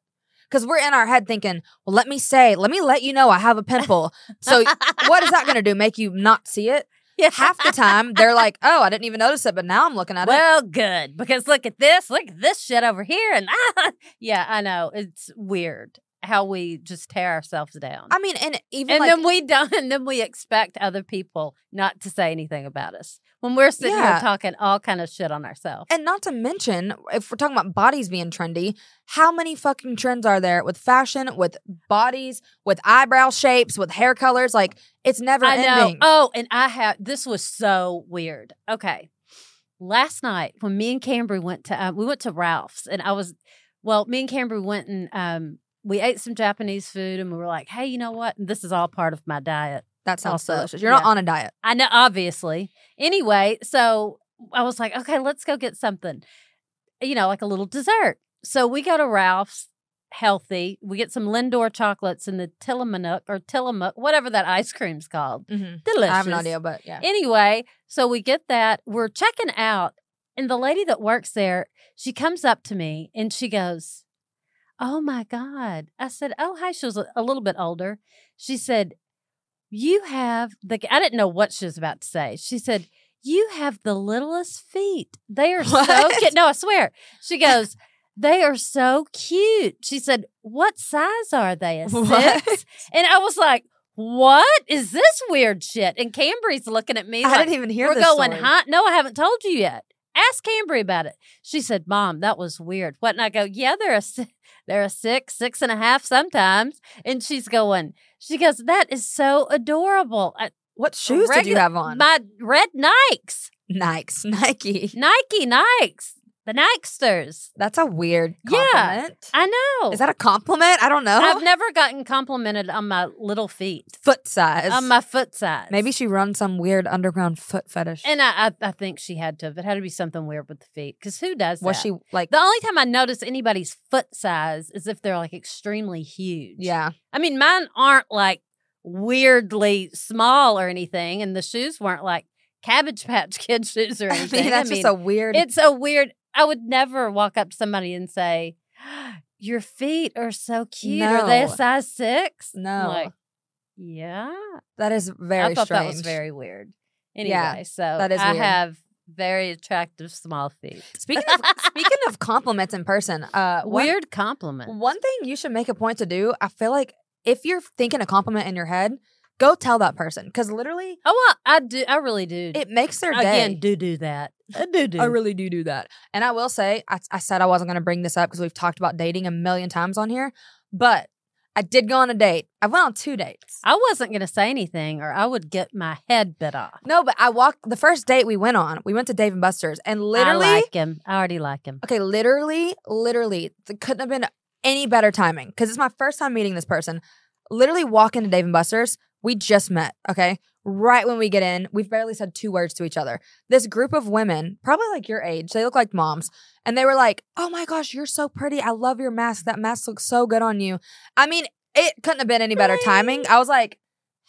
Speaker 3: Because we're in our head thinking, well, let me say, let me let you know I have a pimple. So what is that going to do? Make you not see it?
Speaker 4: Yeah.
Speaker 3: Half the time they're like, oh, I didn't even notice it, but now I'm looking at it.
Speaker 4: Well, good because look at this, look at this shit over here, and yeah, I know it's weird how we just tear ourselves down,
Speaker 3: I mean, and even
Speaker 4: and
Speaker 3: like,
Speaker 4: then we don't, and then we expect other people not to say anything about us when we're sitting
Speaker 3: Yeah.
Speaker 4: here talking all kind of shit on ourselves.
Speaker 3: And not to mention, if we're talking about bodies being trendy, how many fucking trends are there with fashion, with bodies, with eyebrow shapes, with hair colors? Like it's never
Speaker 4: I know.
Speaker 3: ending.
Speaker 4: Oh, and I have this was so weird. Okay, last night when me and Cambry went to um, we went to Ralph's, and I was well, me and Cambry went and um, we ate some Japanese food, and we were like, hey, you know what? this is all part of my diet.
Speaker 3: that sounds
Speaker 4: also,
Speaker 3: delicious. You're not
Speaker 4: yeah.
Speaker 3: on a diet.
Speaker 4: I know, obviously. Anyway, so I was like, okay, let's go get something, you know, like a little dessert. So we go to Ralph's, healthy. We get some Lindor chocolates and the Tillamook or Tillamook, whatever that ice cream's called.
Speaker 3: Mm-hmm.
Speaker 4: Delicious.
Speaker 3: I have no idea, but yeah.
Speaker 4: Anyway, so we get that. We're checking out, and the lady that works there, she comes up to me and she goes, "Oh my god!" I said, "Oh hi." She was a- a little bit older. She said, "You have the." I didn't know what she was about to say. She said, "You have the littlest feet. They are so
Speaker 3: What?
Speaker 4: cute." No, I swear. She goes. They are so cute. She said, What size are they? A six?
Speaker 3: What?
Speaker 4: And I was like, what is this weird shit? And Cambry's looking at me.
Speaker 3: I
Speaker 4: like,
Speaker 3: didn't even hear
Speaker 4: We're
Speaker 3: this
Speaker 4: going
Speaker 3: story.
Speaker 4: hot. No, I haven't told you yet. Ask Cambry about it. She said, Mom, that was weird. What? And I go, Yeah, they're a, si- they're a six, six and a half sometimes. And she's going, She goes, That is so adorable. I,
Speaker 3: What shoes did you
Speaker 4: Regu-
Speaker 3: have on?
Speaker 4: my red Nikes,
Speaker 3: Nikes, Nike.
Speaker 4: Nike Nikes, the Nikesters.
Speaker 3: That's a weird
Speaker 4: Yeah.
Speaker 3: compliment.
Speaker 4: I know.
Speaker 3: Is that oh. a compliment? I don't know.
Speaker 4: I've never gotten complimented on my little feet,
Speaker 3: foot size.
Speaker 4: on Um, my foot size.
Speaker 3: Maybe she runs some weird underground foot fetish.
Speaker 4: And I, I, I think she had to. have. It had to be something weird with the feet, because who does
Speaker 3: was
Speaker 4: that?
Speaker 3: she like?
Speaker 4: The only time I notice anybody's foot size is if they're like extremely huge.
Speaker 3: yeah.
Speaker 4: I mean, mine aren't like weirdly small or anything, and the shoes weren't like Cabbage Patch Kid shoes or
Speaker 3: I mean,
Speaker 4: anything.
Speaker 3: that's just a weird.
Speaker 4: it's a weird. I would never walk up to somebody and say, "Your feet are so cute. Are they a
Speaker 3: No.
Speaker 4: size six? I'm
Speaker 3: No.
Speaker 4: like, yeah.
Speaker 3: that is very
Speaker 4: I thought
Speaker 3: strange.
Speaker 4: that was very weird. Anyway,
Speaker 3: Yeah,
Speaker 4: so
Speaker 3: that is
Speaker 4: I
Speaker 3: weird.
Speaker 4: have very attractive small feet.
Speaker 3: Speaking of speaking of compliments in person, uh, one-
Speaker 4: Weird compliment.
Speaker 3: One thing you should make a point to do, I feel like if you're thinking a compliment in your head, go tell that person because literally
Speaker 4: Oh, I, I do. I really do.
Speaker 3: it makes their day.
Speaker 4: Again, do do that. I do do.
Speaker 3: I really do do that. And I will say, I, I said I wasn't going to bring this up because we've talked about dating a million times on here, but I did go on a date. I went on two dates.
Speaker 4: I wasn't gonna say anything, or I would get my head bit off.
Speaker 3: No, but I walked the first date we went on. We went to Dave and Buster's, and literally,
Speaker 4: I like him. I already like him.
Speaker 3: okay, literally, literally, it couldn't have been any better timing because it's my first time meeting this person. Literally, walk into Dave and Buster's. We just met. Okay, right when we get in, we've barely said two words to each other. This group of women, probably like your age, they look like moms, and they were like, "Oh my gosh, you're so pretty. I love your mask. That mask looks so good on you." I mean, it couldn't have been any better
Speaker 4: Right.
Speaker 3: timing. I was like.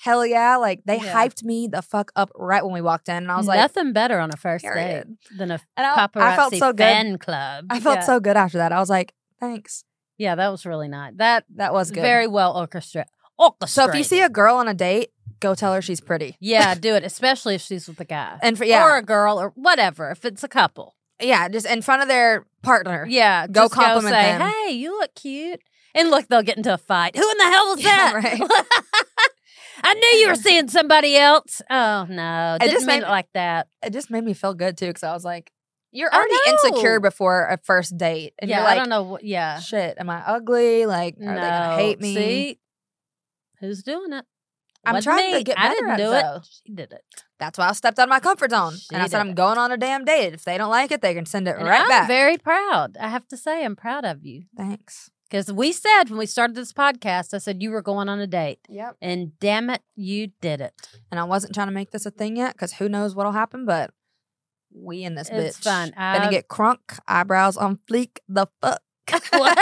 Speaker 3: Hell yeah. Like they
Speaker 4: Yeah.
Speaker 3: hyped me the fuck up right when we walked in. And I was like,
Speaker 4: nothing better on a first
Speaker 3: Period.
Speaker 4: date than a
Speaker 3: and I,
Speaker 4: paparazzi
Speaker 3: I felt so good.
Speaker 4: fan club.
Speaker 3: I felt
Speaker 4: yeah.
Speaker 3: so good after that. I was like, thanks.
Speaker 4: Yeah, that was really nice. That
Speaker 3: That was
Speaker 4: was
Speaker 3: good.
Speaker 4: very well orchestrated. Orchestrated.
Speaker 3: so if you see a girl on a date, go tell her she's pretty.
Speaker 4: yeah, do it, especially if she's with a guy
Speaker 3: And for yeah,
Speaker 4: or a girl or whatever. If it's a couple,
Speaker 3: yeah, just in front of their partner.
Speaker 4: Yeah,
Speaker 3: Go
Speaker 4: just
Speaker 3: compliment
Speaker 4: say,
Speaker 3: them.
Speaker 4: Hey, you look cute. And look, they'll get into a fight. Who in the hell was
Speaker 3: Yeah,
Speaker 4: that? I knew you were seeing somebody else. Oh no, didn't
Speaker 3: just
Speaker 4: mean
Speaker 3: made-
Speaker 4: it like that.
Speaker 3: It just made me feel good too because I was like, you're
Speaker 4: I
Speaker 3: already insecure
Speaker 4: know.
Speaker 3: before a first date, and
Speaker 4: yeah,
Speaker 3: you're like,
Speaker 4: I don't know. What, yeah,
Speaker 3: shit, am I ugly? Like, are
Speaker 4: no,
Speaker 3: they gonna hate me?
Speaker 4: See, who's doing it?
Speaker 3: I'm
Speaker 4: Wasn't
Speaker 3: trying to
Speaker 4: me.
Speaker 3: get
Speaker 4: I
Speaker 3: better
Speaker 4: didn't
Speaker 3: at
Speaker 4: do
Speaker 3: it,
Speaker 4: it.
Speaker 3: though.
Speaker 4: She did it.
Speaker 3: That's why I stepped out of my comfort zone,
Speaker 4: She
Speaker 3: and I said,
Speaker 4: did
Speaker 3: I'm
Speaker 4: it.
Speaker 3: going on a damn date. If they don't like it, they can send it
Speaker 4: And
Speaker 3: right
Speaker 4: I'm
Speaker 3: back.
Speaker 4: very proud. I have to say, I'm proud of you
Speaker 3: Thanks.
Speaker 4: because we said when we started this podcast, I said you were going on a date,
Speaker 3: Yep.
Speaker 4: and damn it, you did it.
Speaker 3: And I wasn't trying to make this a thing yet because who knows what'll happen, but we in this
Speaker 4: It's
Speaker 3: bitch.
Speaker 4: fine.
Speaker 3: Gonna
Speaker 4: I've-
Speaker 3: get crunk, eyebrows on fleek, the fuck.
Speaker 4: What?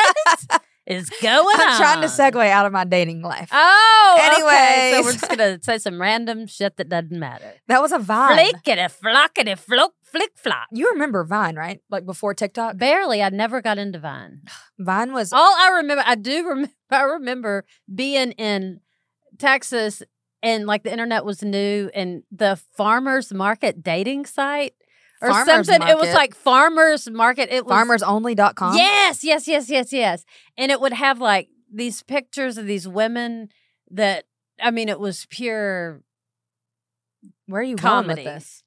Speaker 4: is going on?
Speaker 3: I'm trying to segue out of my dating life.
Speaker 4: Oh, okay. So we're
Speaker 3: Anyways.
Speaker 4: just gonna say some random shit that doesn't matter.
Speaker 3: that was a Vine.
Speaker 4: Flickety flockety flock flick flop.
Speaker 3: You remember Vine, right? Like before TikTok,
Speaker 4: Barely, I never got into Vine.
Speaker 3: Vine was
Speaker 4: All I remember, I do remember, I remember being in Texas and like the internet was new and the farmers market dating site or
Speaker 3: Farmers
Speaker 4: something. It was
Speaker 3: market.
Speaker 4: like farmers market. It was
Speaker 3: farmersonly.com.
Speaker 4: Yes, yes, yes, yes, yes. And it would have like these pictures of these women that I mean, it was pure
Speaker 3: Where are you
Speaker 4: comedy.
Speaker 3: going with this?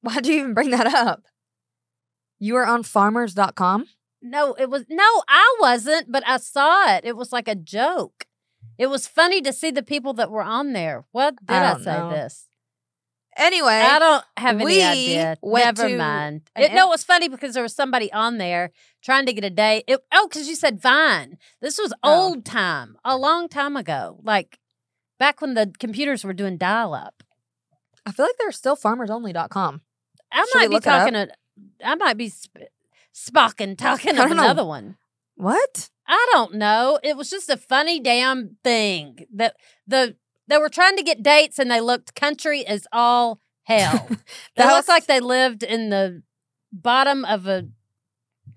Speaker 3: Why do you even bring that up? You were on farmers.com.
Speaker 4: No, it was no, I wasn't, but I saw it. It was like a joke. It was funny to see the people that were on there. What did
Speaker 3: I
Speaker 4: I,
Speaker 3: don't
Speaker 4: say
Speaker 3: know.
Speaker 4: this?
Speaker 3: Anyway,
Speaker 4: I don't have any
Speaker 3: we
Speaker 4: idea.
Speaker 3: went
Speaker 4: Never
Speaker 3: to
Speaker 4: mind.
Speaker 3: an
Speaker 4: It, no,
Speaker 3: in-
Speaker 4: it was funny because there was somebody on there trying to get a date. It, oh, because you said Vine. This was
Speaker 3: Oh.
Speaker 4: old time, a long time ago, like back when the computers were doing dial up.
Speaker 3: I feel like there's still farmersonly.com.
Speaker 4: I
Speaker 3: Should we
Speaker 4: might be
Speaker 3: look it up?
Speaker 4: talking. A, I might be sp- spocking talking
Speaker 3: I
Speaker 4: of
Speaker 3: don't know.
Speaker 4: another one.
Speaker 3: What?
Speaker 4: I don't know. It was just a funny damn thing that the they were trying to get dates and they looked country as all hell. they
Speaker 3: That
Speaker 4: looked
Speaker 3: was-
Speaker 4: like they lived in the bottom of a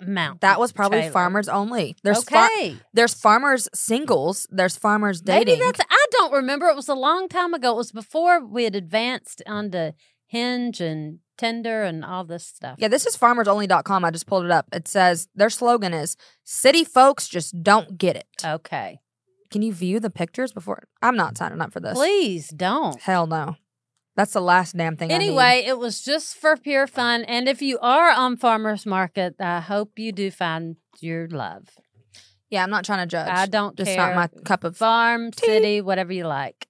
Speaker 4: mountain.
Speaker 3: That was probably
Speaker 4: trailer.
Speaker 3: farmers only. There's
Speaker 4: Okay,
Speaker 3: far- there's farmers singles, there's farmers dating.
Speaker 4: maybe that's. I don't remember. It was a long time ago. It was before we had advanced onto Hinge and Tinder and all this stuff.
Speaker 3: yeah, this is farmersonly.com. I just pulled it up. It says their slogan is city folks just don't get it.
Speaker 4: Okay.
Speaker 3: Can you view the pictures before? I'm not signing up for this.
Speaker 4: Please don't.
Speaker 3: Hell no. That's the last damn thing. I need.
Speaker 4: Anyway, it was just for pure fun. And if you are on farmers market, I hope you do find your love.
Speaker 3: yeah, I'm not trying to judge.
Speaker 4: I don't
Speaker 3: just
Speaker 4: care.
Speaker 3: not my cup of.
Speaker 4: farm,
Speaker 3: tea.
Speaker 4: city, whatever you like.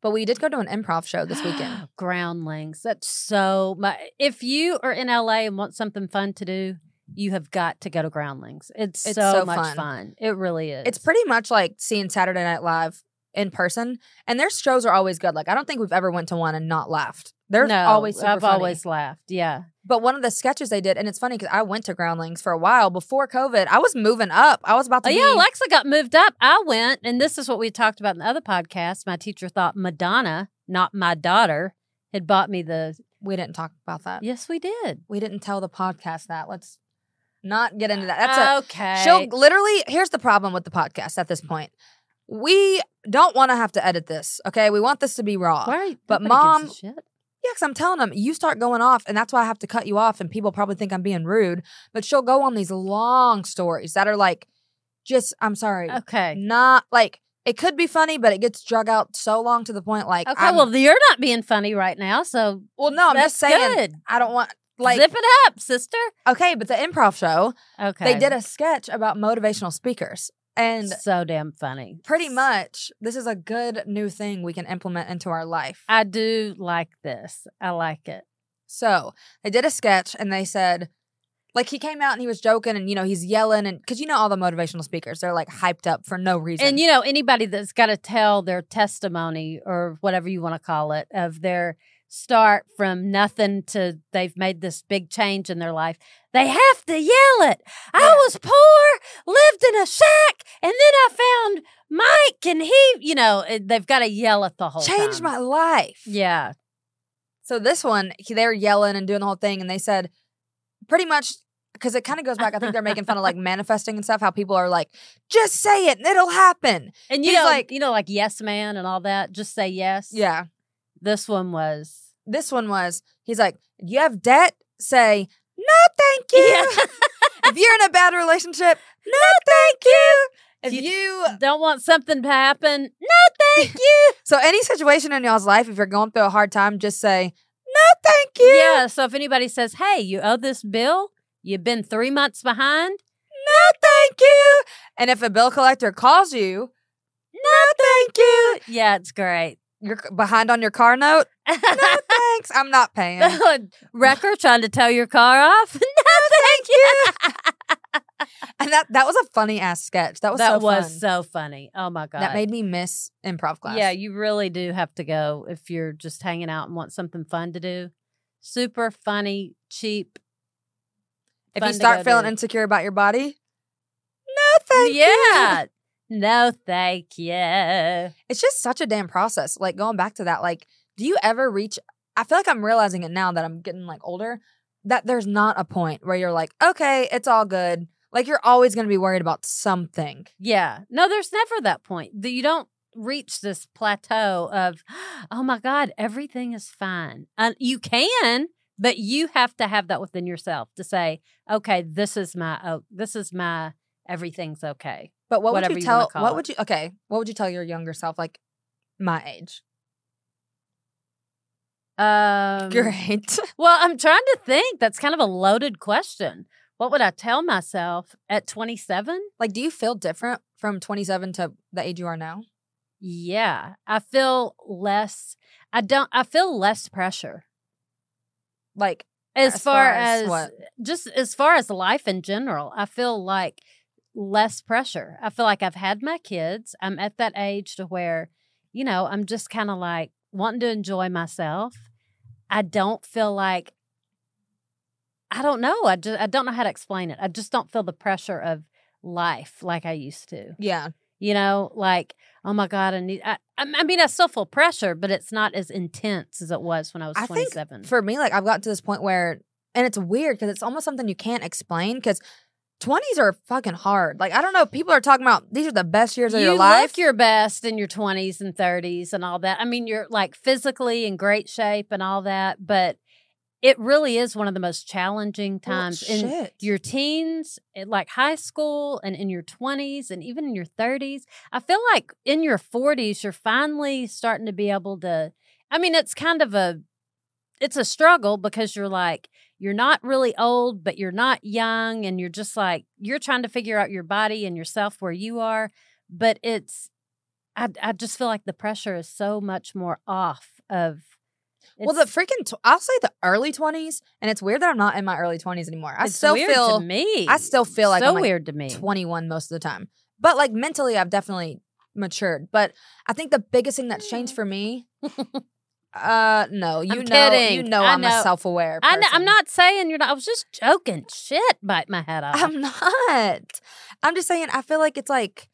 Speaker 3: But we did go to an improv show this weekend.
Speaker 4: Groundlings. That's so much. If you are in LA and want something fun to do, you have got to go to Groundlings. It's,
Speaker 3: It's
Speaker 4: so,
Speaker 3: so
Speaker 4: much fun.
Speaker 3: fun.
Speaker 4: It really is.
Speaker 3: It's pretty much like seeing Saturday Night Live in person, and their shows are always good. Like I don't think we've ever went to one and not laughed. They're
Speaker 4: No,
Speaker 3: always super
Speaker 4: I've
Speaker 3: funny.
Speaker 4: always laughed. Yeah.
Speaker 3: But one of the sketches they did, and it's funny because I went to Groundlings for a while before COVID. I was moving up. I was about
Speaker 4: Oh,
Speaker 3: to.
Speaker 4: yeah,
Speaker 3: be-
Speaker 4: Alexa got moved up. I went, and this is what we talked about in the other podcast. My teacher thought Madonna, not my daughter, had bought me the.
Speaker 3: we didn't talk about that.
Speaker 4: Yes, we did.
Speaker 3: We didn't tell the podcast that. Let's not get into that. That's a
Speaker 4: Uh, okay.
Speaker 3: She'll literally, here's the problem with the podcast at this point. We don't want to have to edit this, okay? We want this to be raw. Yeah,
Speaker 4: Why?
Speaker 3: but
Speaker 4: Nobody gives a shit.
Speaker 3: because I'm telling them, you start going off, and that's why I have to cut you off, and people probably think I'm being rude. But she'll go on these long stories that are like, just, I'm sorry,
Speaker 4: Okay.
Speaker 3: not like, it could be funny, but it gets drug out so long to the point like,
Speaker 4: Okay.
Speaker 3: I'm-
Speaker 4: well, you're not being funny right now, so
Speaker 3: well, no, I'm
Speaker 4: that's
Speaker 3: just saying,
Speaker 4: good.
Speaker 3: I don't want, like,
Speaker 4: Zip it up, sister.
Speaker 3: okay, but the improv show,
Speaker 4: Okay.
Speaker 3: they did a sketch about motivational speakers. And
Speaker 4: so damn funny.
Speaker 3: pretty much this is a good new thing we can implement into our life.
Speaker 4: I do like this. I like it.
Speaker 3: So they did a sketch and they said, like he came out and he was joking and you know he's yelling and because you know all the motivational speakers they're like hyped up for no reason.
Speaker 4: And you know, anybody that's got to tell their testimony or whatever you want to call it of their start from nothing to they've made this big change in their life, they have to yell it. I
Speaker 3: Yeah.
Speaker 4: was poor, lived in a shack, and then I found Mike and he, you know, it- they've got to yell it the whole
Speaker 3: changed
Speaker 4: time.
Speaker 3: my life.
Speaker 4: Yeah.
Speaker 3: So this one he- they're yelling and doing the whole thing and they said pretty much because it kind of goes back. I think they're making fun of like manifesting and stuff. How people are like, just say it and it'll happen.
Speaker 4: And you
Speaker 3: He's
Speaker 4: know,
Speaker 3: like-
Speaker 4: you know, like yes man and all that, just say yes.
Speaker 3: Yeah.
Speaker 4: This one was
Speaker 3: This one was he's like, you have debt. Say no, thank you. if you're in a bad relationship, no, thank you. If
Speaker 4: You-
Speaker 3: you
Speaker 4: Don't want something to happen. No, thank you.
Speaker 3: so any situation in y'all's life, if you're going through a hard time, just say no, thank you.
Speaker 4: yeah. So if anybody says, "Hey, you owe this bill. You've been three months behind."
Speaker 3: No, thank you. And if a bill collector calls you, no, thank you.
Speaker 4: Yeah, it's great.
Speaker 3: You're c- behind on your car note. No, thanks. I'm not paying. No,
Speaker 4: Wrecker trying to tow your car off. no,
Speaker 3: Oh,
Speaker 4: thank you.
Speaker 3: and that that was a funny ass sketch. That was
Speaker 4: that
Speaker 3: so
Speaker 4: was
Speaker 3: fun.
Speaker 4: so funny. Oh my god.
Speaker 3: that made me miss improv class.
Speaker 4: Yeah, you really do have to go if you're just hanging out and want something fun to do. Super funny, cheap.
Speaker 3: if
Speaker 4: fun
Speaker 3: you
Speaker 4: to
Speaker 3: start
Speaker 4: go
Speaker 3: feeling
Speaker 4: to.
Speaker 3: insecure about your body, no, thank you.
Speaker 4: yeah. No, thank you.
Speaker 3: It's just such a damn process. Like going back to that, like, do you ever reach? I feel like I'm realizing it now that I'm getting like older that there's not a point where you're like, okay, it's all good. Like you're always going to be worried about something.
Speaker 4: Yeah. No, there's never that point. that You don't reach this plateau of, oh my God, everything is fine. And you can, but you have to have that within yourself to say, okay, this is my, oh, this is my, everything's okay.
Speaker 3: But what
Speaker 4: Whatever
Speaker 3: would you
Speaker 4: you wanna
Speaker 3: tell?
Speaker 4: call
Speaker 3: what
Speaker 4: it.
Speaker 3: would you? Okay, what would you tell your younger self? Like my age.
Speaker 4: Um,
Speaker 3: Great.
Speaker 4: Well, I'm trying to think. That's kind of a loaded question. What would I tell myself at 27?
Speaker 3: like, do you feel different from 27 to the age you are now?
Speaker 4: Yeah, I feel less. I don't. I feel less pressure
Speaker 3: Like
Speaker 4: as, far, as,
Speaker 3: what?
Speaker 4: just as far as life in general. I feel like less pressure. I feel like I've had my kids. I'm at that age to where, you know, I'm just kind of like wanting to enjoy myself. I don't feel like. I don't know. I just I don't know how to explain it. I just don't feel the pressure of life like I used to
Speaker 3: Yeah.
Speaker 4: you know like oh my god i need i, I I mean i still feel pressure but it's not as intense as it was when i was
Speaker 3: I think
Speaker 4: 27
Speaker 3: For me, like I've gotten to this point where, and it's weird because it's almost something you can't explain because 20s are fucking hard. Like I don't know. People are talking about these are the best years of
Speaker 4: you
Speaker 3: your life.
Speaker 4: look your best in your 20s and 30s and all that i mean you're like physically in great shape and all that but it really is one of the most challenging
Speaker 3: Well,
Speaker 4: times in
Speaker 3: shit.
Speaker 4: your teens, at, like high school, and in your 20s, and even in your 30s. I feel like in your 40s, you're finally starting to be able to. I mean, it's kind of a it's a struggle because you're like you're not really old but you're not young and you're just like you're trying to figure out your body and yourself where you are but it's i, I just feel like the pressure is so much more off of
Speaker 3: well, the
Speaker 4: it's-
Speaker 3: freaking tw- I'll say the early 20s, and it's weird that I'm not in my early 20s anymore. I
Speaker 4: it's
Speaker 3: still
Speaker 4: weird
Speaker 3: feel
Speaker 4: to me
Speaker 3: I still feel like
Speaker 4: so
Speaker 3: I'm like
Speaker 4: weird to me
Speaker 3: 21 most of the time. But like mentally, I've definitely matured. But I think the biggest thing that's
Speaker 4: Mm.
Speaker 3: changed for me. Uh no, you know you
Speaker 4: kidding.
Speaker 3: know
Speaker 4: I
Speaker 3: I'm a
Speaker 4: know.
Speaker 3: self-aware.
Speaker 4: I know, I'm
Speaker 3: person.
Speaker 4: not saying you're not. I was just joking. Shit, bite my head off.
Speaker 3: I'm not. I'm just saying I feel like it's like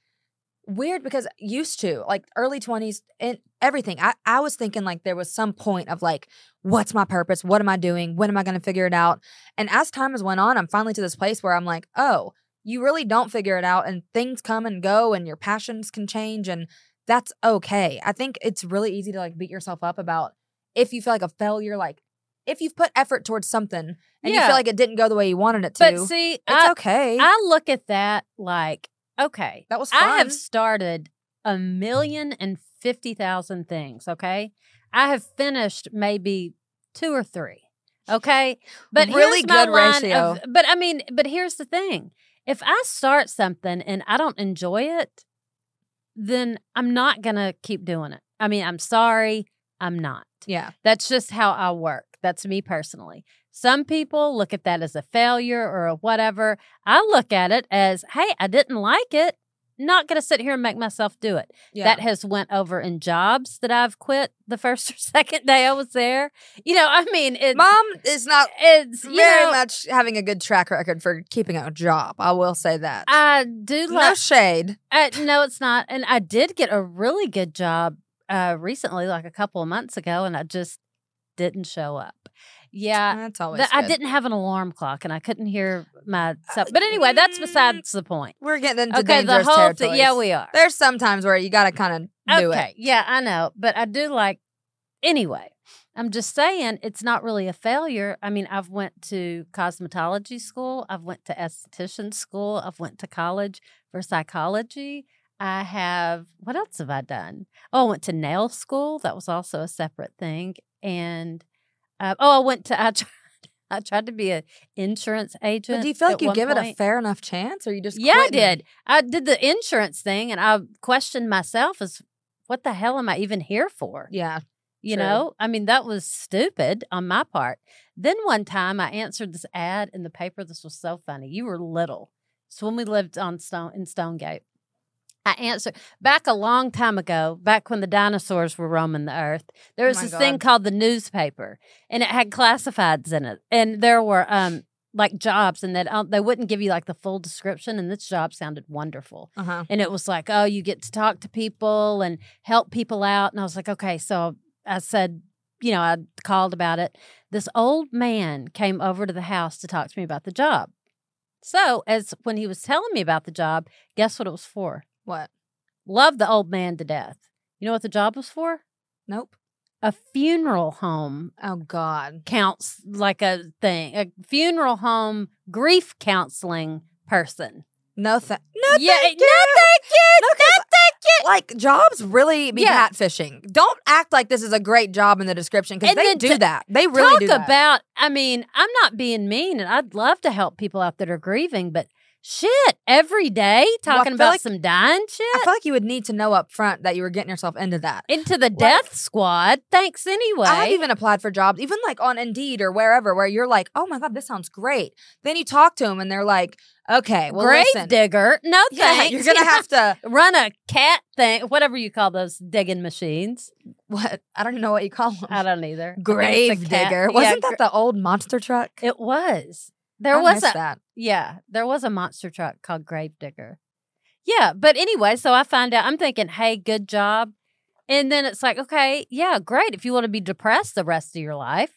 Speaker 3: weird because used to like early 20s and everything. I I was thinking like there was some point of like what's my purpose? What am I doing? When am I going to figure it out? And as time has went on, I'm finally to this place where I'm like, "Oh, you really don't figure it out and things come and go and your passions can change and that's okay." I think it's really easy to like beat yourself up about if you feel like a failure like if you've put effort towards something and you
Speaker 4: Yeah.
Speaker 3: feel like it didn't go the way you wanted it to.
Speaker 4: but see,
Speaker 3: It's
Speaker 4: I,
Speaker 3: okay.
Speaker 4: I look at that like, okay,
Speaker 3: that was fun.
Speaker 4: I have started a million and fifty thousand things. Okay, I have finished maybe two or three. Okay, but
Speaker 3: Really
Speaker 4: here's my
Speaker 3: good
Speaker 4: line
Speaker 3: ratio.
Speaker 4: Of, but I mean, but here's the thing: if I start something and I don't enjoy it, then I'm not gonna keep doing it. I mean, I'm sorry, I'm not.
Speaker 3: yeah.
Speaker 4: That's just how I work. That's me personally. Some people look at that as a failure or a whatever. I look at it as, hey, I didn't like it. Not going to sit here and make myself do it.
Speaker 3: Yeah.
Speaker 4: That has went over in jobs that I've quit the first or second day I was there. You know, I mean, it's
Speaker 3: Mom is not
Speaker 4: it's you
Speaker 3: very
Speaker 4: know,
Speaker 3: much having a good track record for keeping a job. I will say that.
Speaker 4: I do
Speaker 3: no
Speaker 4: like
Speaker 3: shade.
Speaker 4: Uh, no, it's not. And I did get a really good job uh, recently, like a couple of months ago, and I just didn't show up. Yeah,
Speaker 3: That's always.
Speaker 4: that I
Speaker 3: good. Uh,
Speaker 4: didn't have an alarm clock and I couldn't hear my self. But anyway, that's besides the point.
Speaker 3: We're getting into
Speaker 4: Okay, the
Speaker 3: mm, dangerous
Speaker 4: whole
Speaker 3: territory.
Speaker 4: thing. Yeah, we are.
Speaker 3: There's some times where you got to kind of do
Speaker 4: okay.
Speaker 3: it.
Speaker 4: Yeah, I know. But I do like anyway. I'm just saying it's not really a failure. I mean, I've went to cosmetology school, I've went to esthetician school, I've went to college for psychology. I have what else have I done? Oh, I went to nail school. That was also a separate thing. And uh, oh, I went to I tried I tried to be an insurance agent.
Speaker 3: But do you feel like
Speaker 4: at
Speaker 3: you
Speaker 4: one
Speaker 3: give it a
Speaker 4: point.
Speaker 3: fair enough chance, or you just?
Speaker 4: Yeah, I
Speaker 3: quitting?
Speaker 4: did. I did the insurance thing and I questioned myself as what the hell am I even here for?
Speaker 3: Yeah.
Speaker 4: You
Speaker 3: true.
Speaker 4: know, I mean, that was stupid on my part. Then one time I answered this ad in the paper. This was so funny. You were little. So when we lived on Stone in Stonegate, I answered back a long time ago, back when the dinosaurs were roaming the earth, there
Speaker 3: Oh
Speaker 4: was
Speaker 3: my
Speaker 4: this thing
Speaker 3: God.
Speaker 4: called the newspaper and it had classifieds in it. And there were um like jobs and that um, they wouldn't give you like the full description and this job sounded wonderful
Speaker 3: Uh huh.
Speaker 4: and it was like oh you get to talk to people and help people out and i was like okay so i said you know i called about it this old man came over to the house to talk to me about the job so as when he was telling me about the job guess what it was for
Speaker 3: What?
Speaker 4: love the old man to death you know what the job was for
Speaker 3: Nope.
Speaker 4: a funeral home
Speaker 3: Oh God.
Speaker 4: counts like a thing a funeral home grief counseling person
Speaker 3: No, th- no,
Speaker 4: Yeah,
Speaker 3: thank
Speaker 4: no,
Speaker 3: you.
Speaker 4: thank
Speaker 3: No, 'cause, Like jobs really be
Speaker 4: Yeah.
Speaker 3: catfishing. Don't act like this is a great job in the description because
Speaker 4: And
Speaker 3: they
Speaker 4: then
Speaker 3: do
Speaker 4: t-
Speaker 3: that. They really
Speaker 4: talk
Speaker 3: do that.
Speaker 4: about i mean i'm not being mean and i'd love to help people out that are grieving but shit every day
Speaker 3: Well, I
Speaker 4: talking
Speaker 3: feel
Speaker 4: about
Speaker 3: like-
Speaker 4: some dying
Speaker 3: I
Speaker 4: shit
Speaker 3: feel like you would need to know up front that you were getting yourself into that.
Speaker 4: into the death squad thanks anyway
Speaker 3: I have even applied for jobs, even like on Indeed or wherever, where you're like, "Oh my god, this sounds great." Then you talk to them, and they're like, "Okay, well,
Speaker 4: grave
Speaker 3: listen,
Speaker 4: digger no
Speaker 3: yeah,
Speaker 4: thanks
Speaker 3: you're gonna have to
Speaker 4: run a cat thing whatever you call those digging machines
Speaker 3: what? I don't even know what you call them.
Speaker 4: i don't either
Speaker 3: Grave digger. Wasn't that the old monster truck?
Speaker 4: it was there
Speaker 3: I
Speaker 4: was
Speaker 3: missed
Speaker 4: a
Speaker 3: that.
Speaker 4: Yeah, there was a monster truck called Gravedigger. Yeah, but anyway, so I find out, I'm thinking, hey, good job. And then it's like, okay, yeah, great. If you want to be depressed the rest of your life,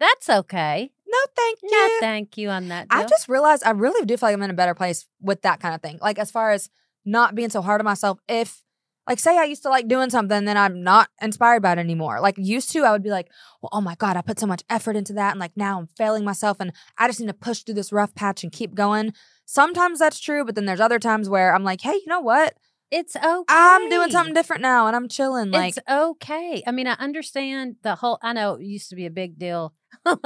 Speaker 4: that's okay.
Speaker 3: No, thank you.
Speaker 4: No, thank you on that.
Speaker 3: I
Speaker 4: deal.
Speaker 3: just realized I really do feel like I'm in a better place with that kind of thing. Like as far as not being so hard on myself. If like say I used to like doing something, then I'm not inspired by it anymore. Like used to, I would be like, well, oh my god, I put so much effort into that, and like now I'm failing myself, and I just need to push through this rough patch and keep going. Sometimes that's true, but then there's other times where I'm like, hey, you know what?
Speaker 4: it's okay.
Speaker 3: I'm doing something different now, and I'm chilling. Like
Speaker 4: it's okay. I mean, I understand the whole. I know it used to be a big deal.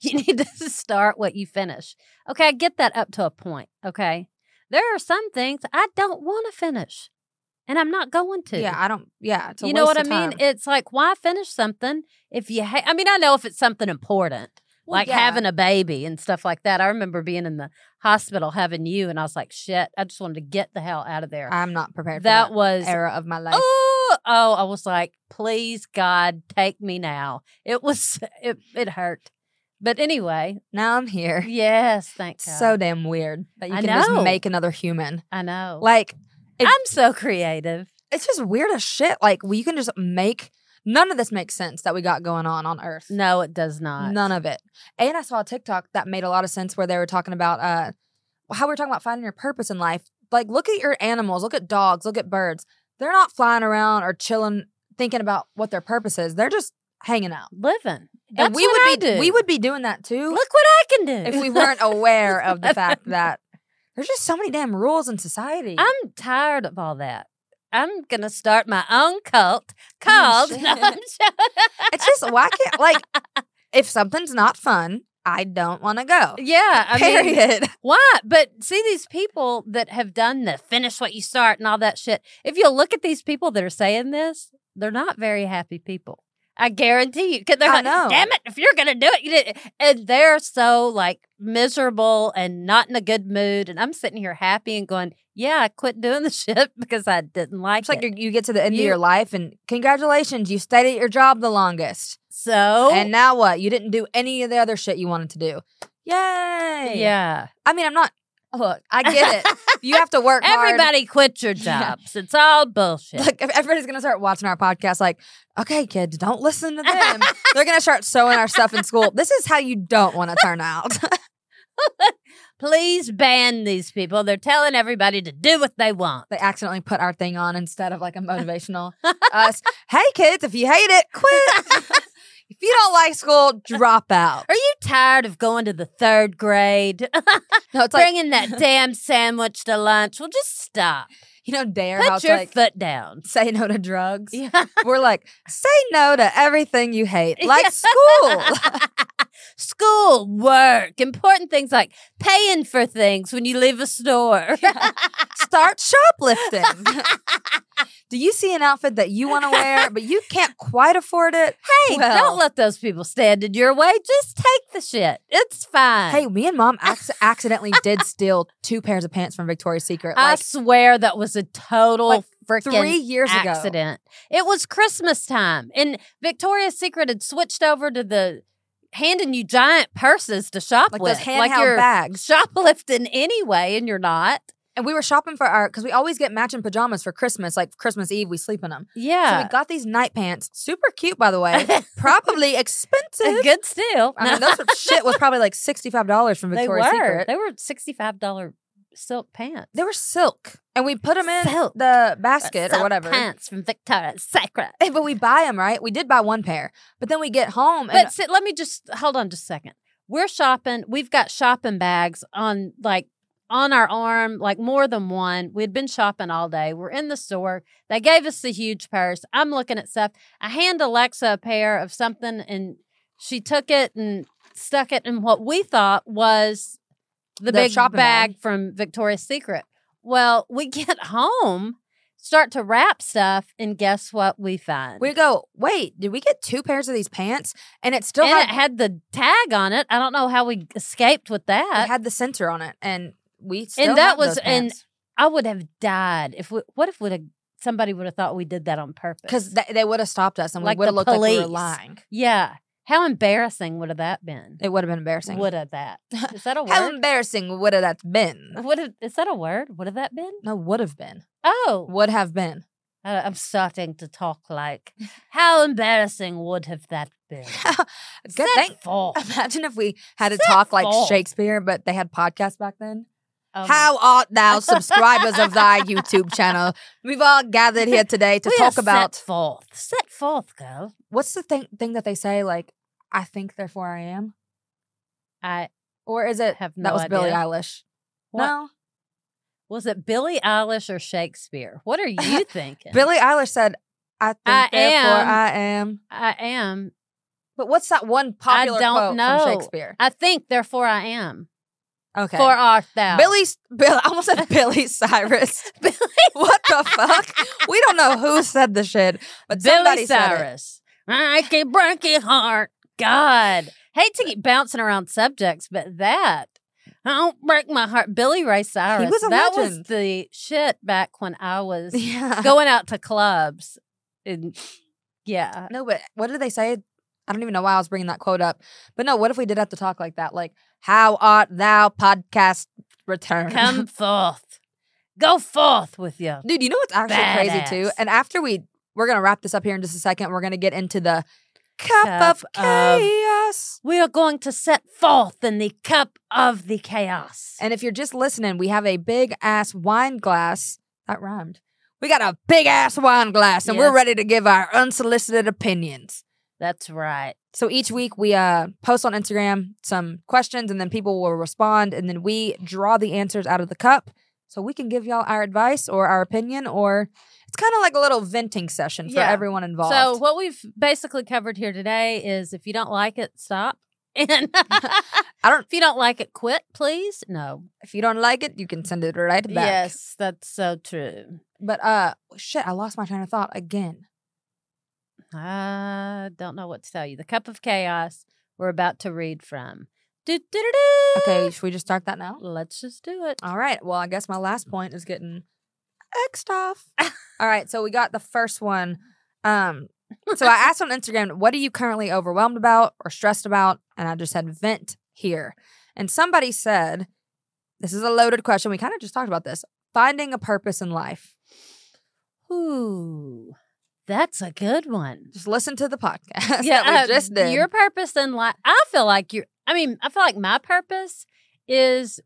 Speaker 4: you need to start what you finish. Okay, I get that up to a point. Okay, there are some things I don't want to finish, and I'm not going to.
Speaker 3: yeah, I don't. Yeah, it's a
Speaker 4: you know
Speaker 3: waste
Speaker 4: what I
Speaker 3: of
Speaker 4: mean?
Speaker 3: time.
Speaker 4: It's like why finish something if you. Ha- I mean, I know if it's something important.
Speaker 3: Well,
Speaker 4: Like
Speaker 3: yeah.
Speaker 4: having a baby and stuff like that. I remember being in the hospital having you, and I was like, shit, I just wanted to get the hell out of there.
Speaker 3: I'm not prepared for that,
Speaker 4: that was
Speaker 3: era of my life.
Speaker 4: Oh, oh, I was like, please God, take me now. It was it it hurt. But anyway,
Speaker 3: Now I'm here.
Speaker 4: yes, thank God.
Speaker 3: so damn weird that you
Speaker 4: I
Speaker 3: can just
Speaker 4: know.
Speaker 3: make another human.
Speaker 4: I know.
Speaker 3: Like it-
Speaker 4: I'm so creative.
Speaker 3: it's just weird as shit. Like we can just make none of this makes sense that we got going on on Earth.
Speaker 4: No, it does not.
Speaker 3: None of it. And I saw a TikTok that made a lot of sense where they were talking about uh how we we're talking about finding your purpose in life. Like look at your animals, look at dogs, look at birds. They're not flying around or chilling thinking about what their purpose is. They're just hanging out.
Speaker 4: Living. That's
Speaker 3: and we
Speaker 4: what
Speaker 3: would
Speaker 4: I
Speaker 3: be
Speaker 4: do.
Speaker 3: we would be doing that too
Speaker 4: look what I can do.
Speaker 3: if we weren't aware of the fact that there's just so many damn rules in society.
Speaker 4: I'm tired of all that. I'm gonna start my own
Speaker 3: Oh,
Speaker 4: cult called. No,
Speaker 3: shit.
Speaker 4: I'm joking.
Speaker 3: It's just why can't like if something's not fun, I don't want to go.
Speaker 4: yeah, I mean,
Speaker 3: Period.
Speaker 4: Why? But see these people that have done the finish what you start and all that shit. If you look at these people that are saying this, they're not very happy people. I guarantee you. Cause they're
Speaker 3: I
Speaker 4: like,
Speaker 3: know.
Speaker 4: damn it, if you're gonna do it, you did it." and they're so like miserable and not in a good mood. And I'm sitting here happy and going, yeah, I quit doing the shit because I didn't like
Speaker 3: It's like
Speaker 4: it.
Speaker 3: you you get to the end
Speaker 4: You-
Speaker 3: of your life and congratulations, you stayed at your job the longest.
Speaker 4: So
Speaker 3: And now what? You didn't do any of the other shit you wanted to do. Yay.
Speaker 4: yeah,
Speaker 3: I mean, I'm not look, I get it. You have to work hard.
Speaker 4: Everybody quit your
Speaker 3: Yeah.
Speaker 4: jobs. It's all bullshit.
Speaker 3: Like if everybody's gonna start watching our podcast, like, okay, kids, don't listen to them. They're gonna start sewing our stuff in school. This is how you don't want to turn out.
Speaker 4: Please ban these people. They're telling everybody to do what they want.
Speaker 3: they accidentally put our thing on instead of like a motivational us. Hey kids, if you hate it, quit. if you don't like school, drop out.
Speaker 4: Are you tired of going to the third grade?
Speaker 3: No, it's like
Speaker 4: Bringing that damn sandwich to lunch? Well, just stop.
Speaker 3: you know, dare how
Speaker 4: Put
Speaker 3: it's
Speaker 4: your
Speaker 3: like
Speaker 4: foot down.
Speaker 3: say no to drugs.
Speaker 4: Yeah.
Speaker 3: We're like say no to everything you hate, like
Speaker 4: Yeah.
Speaker 3: school.
Speaker 4: School, work, important things like paying for things when you leave a store.
Speaker 3: Start shoplifting. Do you see an outfit that you want to wear, but you can't quite afford it?
Speaker 4: Hey,
Speaker 3: Well.
Speaker 4: don't let those people stand in your way. Just take the shit. It's fine.
Speaker 3: Hey, me and mom acc- accidentally did steal two pairs of pants from Victoria's Secret.
Speaker 4: I
Speaker 3: Like,
Speaker 4: swear that was a total
Speaker 3: Like,
Speaker 4: freaking
Speaker 3: three years ago.
Speaker 4: accident. It was Christmas time, and Victoria's Secret had switched over to the handing you giant purses to shop
Speaker 3: Like
Speaker 4: with,
Speaker 3: those handheld
Speaker 4: you're
Speaker 3: bags.
Speaker 4: shoplifting anyway, and you're not.
Speaker 3: And we were shopping for our because we always get matching pajamas for Christmas. Like Christmas Eve, we sleep in them. So
Speaker 4: Yeah,
Speaker 3: we got these night pants, super cute by the way, probably expensive.
Speaker 4: good still.
Speaker 3: I mean, those were- shit was probably like sixty five dollars from
Speaker 4: they
Speaker 3: Victoria's
Speaker 4: were.
Speaker 3: Secret.
Speaker 4: They were sixty five dollar silk pants.
Speaker 3: They were silk, and we put them in
Speaker 4: Silk.
Speaker 3: the
Speaker 4: Uh,
Speaker 3: basket or
Speaker 4: silk
Speaker 3: whatever.
Speaker 4: pants from Victoria's Secret.
Speaker 3: But we buy them, right? We did buy one pair, but then we get home and
Speaker 4: But sit, let me just hold on just a second. We're shopping. We've got shopping bags on like on our arm, like more than one. We'd been shopping all day. We're in the store. They gave us the huge purse. I'm looking at stuff. I hand Alexa a pair of something, and she took it and stuck it in what we thought was the,
Speaker 3: The
Speaker 4: big bag,
Speaker 3: shopping bag.
Speaker 4: from Victoria's Secret. Well, we get home, start to wrap stuff, and guess what we find?
Speaker 3: we go, "Wait, did we get two pairs of these pants?" And it still
Speaker 4: and
Speaker 3: had
Speaker 4: it had the tag on it. I don't know how we escaped with that.
Speaker 3: it had the center on it, and we still
Speaker 4: that
Speaker 3: have
Speaker 4: was-
Speaker 3: those
Speaker 4: and
Speaker 3: pants.
Speaker 4: I would have died if we, what if would have somebody would have thought we did that on purpose?
Speaker 3: because they, would have stopped us and we
Speaker 4: Like
Speaker 3: would have
Speaker 4: the
Speaker 3: looked like we were
Speaker 4: police.
Speaker 3: lying.
Speaker 4: yeah, how embarrassing would have that been?
Speaker 3: It would have been embarrassing.
Speaker 4: Would have that is that a
Speaker 3: How
Speaker 4: word?
Speaker 3: embarrassing would have that been?
Speaker 4: Would have is that a word? Would have that been?
Speaker 3: No, would have been.
Speaker 4: Oh,
Speaker 3: Would have been.
Speaker 4: I, I'm starting to talk like how embarrassing would have that been?
Speaker 3: Good
Speaker 4: Set
Speaker 3: thing.
Speaker 4: full.
Speaker 3: Imagine if we had to
Speaker 4: Set
Speaker 3: talk like
Speaker 4: full.
Speaker 3: Shakespeare, but they had podcasts back then.
Speaker 4: Oh my-
Speaker 3: How art thou, subscribers of thy YouTube channel? We've all gathered here today to
Speaker 4: We are
Speaker 3: talk about
Speaker 4: set forth, set forth, girl.
Speaker 3: what's the thing thing that they say like I think therefore I am,
Speaker 4: I
Speaker 3: or is it
Speaker 4: have no
Speaker 3: that was
Speaker 4: idea.
Speaker 3: Billie Eilish?
Speaker 4: What?
Speaker 3: No,
Speaker 4: Was it Billie Eilish or Shakespeare? What are you thinking?
Speaker 3: Billie Eilish said I think
Speaker 4: I
Speaker 3: therefore
Speaker 4: am.
Speaker 3: I am.
Speaker 4: I am.
Speaker 3: But what's that one popular
Speaker 4: don't
Speaker 3: quote
Speaker 4: know.
Speaker 3: from Shakespeare?
Speaker 4: I think, therefore I am.
Speaker 3: Okay.
Speaker 4: For art thou.
Speaker 3: Billy, Bill, I almost said Billy Cyrus.
Speaker 4: Billy
Speaker 3: what the fuck? We don't know who said the shit, but somebody
Speaker 4: Billy
Speaker 3: said it.
Speaker 4: Cyrus. I can break your heart. God. Hate to keep bouncing around subjects, but that. I don't break my heart. Billy Ray Cyrus.
Speaker 3: was a
Speaker 4: that
Speaker 3: legend.
Speaker 4: was the shit back when I was
Speaker 3: Yeah.
Speaker 4: going out to clubs. And yeah.
Speaker 3: No, but what did they say? I don't even know why I was bringing that quote up. But no, what if we did have to talk like that? Like, how art thou, podcast return?
Speaker 4: Come forth. Go forth with you.
Speaker 3: Dude, you know what's actually crazy too?
Speaker 4: Badass.
Speaker 3: And after we, we're going to wrap this up here in just a second. We're going to get into the cup,
Speaker 4: Cup
Speaker 3: of
Speaker 4: of-
Speaker 3: chaos.
Speaker 4: We are going to set forth in the cup of the chaos.
Speaker 3: And if you're just listening, we have a big ass wine glass. That rhymed. We got a big ass wine glass, and we're
Speaker 4: Yes.
Speaker 3: ready to give our unsolicited opinions.
Speaker 4: That's right.
Speaker 3: So each week we uh, post on Instagram some questions, and then people will respond, and then we draw the answers out of the cup, so we can give y'all our advice or our opinion, or it's kind of like a little venting session for
Speaker 4: Yeah.
Speaker 3: everyone involved.
Speaker 4: So what we've basically covered here today is if you don't like it, stop. And
Speaker 3: don't-
Speaker 4: If you don't like it, quit, please. No.
Speaker 3: if you don't like it, you can send it right back.
Speaker 4: Yes, that's so true.
Speaker 3: But uh, shit, I lost my train of thought again.
Speaker 4: I don't know what to tell you. The cup of chaos we're about to read from. Do, do, do, do.
Speaker 3: Okay, should we just start that now?
Speaker 4: Let's just do it.
Speaker 3: All right. Well, I guess my last point is getting X'd off. All right. So we got the first one. Um, so I asked on Instagram, what are you currently overwhelmed about or stressed about? And I just said, vent here. And somebody said, this is a loaded question. We kind of just talked about this finding a purpose in life.
Speaker 4: Ooh, that's a good one.
Speaker 3: Just listen to the podcast that we
Speaker 4: uh,
Speaker 3: just did.
Speaker 4: Your purpose in life, I feel like you. I mean, I feel like my purpose is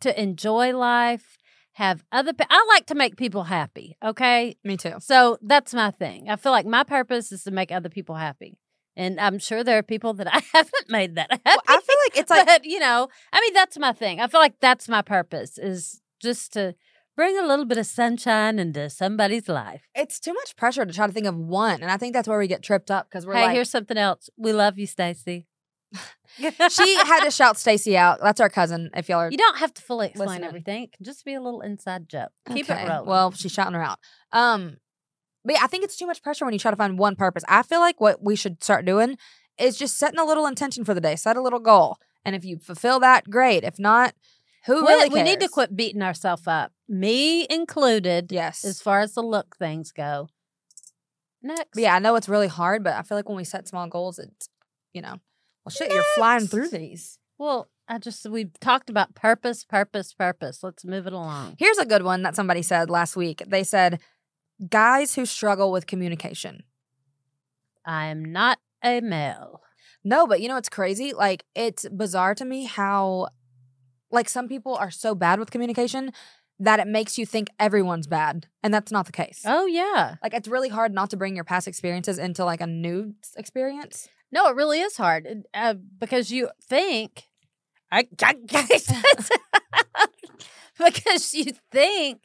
Speaker 4: to enjoy life, have other. pe- I like to make people happy. Okay,
Speaker 3: Me too.
Speaker 4: so that's my thing. I feel like my purpose is to make other people happy, and I'm sure there are people that I haven't made that happy.
Speaker 3: Well, I feel like it's like,
Speaker 4: but you know, I mean, that's my thing. I feel like that's my purpose is just to bring a little bit of sunshine into somebody's life.
Speaker 3: it's too much pressure to try to think of one. And I think that's where we get tripped up because we're
Speaker 4: hey,
Speaker 3: like,
Speaker 4: here's something else. We love you, Stacy.
Speaker 3: she had to shout Stacy out. That's our cousin, if y'all are
Speaker 4: You don't have to fully explain
Speaker 3: Listening.
Speaker 4: everything. It can just be a little inside joke. Keep it
Speaker 3: Okay.
Speaker 4: rolling.
Speaker 3: Well, she's shouting her out. Um, but yeah, I think it's too much pressure when you try to find one purpose. I feel like what we should start doing is just setting a little intention for the day, set a little goal, and if you fulfill that, great. If not, who
Speaker 4: we,
Speaker 3: really
Speaker 4: we need to
Speaker 3: cares?
Speaker 4: quit beating ourselves up, me included,
Speaker 3: Yes.
Speaker 4: as far as the look things go. Next.
Speaker 3: But yeah, I know it's really hard, but I feel like when we set small goals, it's you know Well, shit, you're flying through these.
Speaker 4: Well, I just we talked about purpose, purpose, purpose. Let's move it along.
Speaker 3: Here's a good one that somebody said last week. They said, guys who struggle with communication.
Speaker 4: I am not a male.
Speaker 3: No, but you know what's crazy? Like, it's bizarre to me how, like, some people are so bad with communication that it makes you think everyone's bad. And that's not the case.
Speaker 4: Oh yeah.
Speaker 3: Like, it's really hard not to bring your past experiences into like a new s- experience.
Speaker 4: No, it really is hard It- uh, because you think, I, I because you think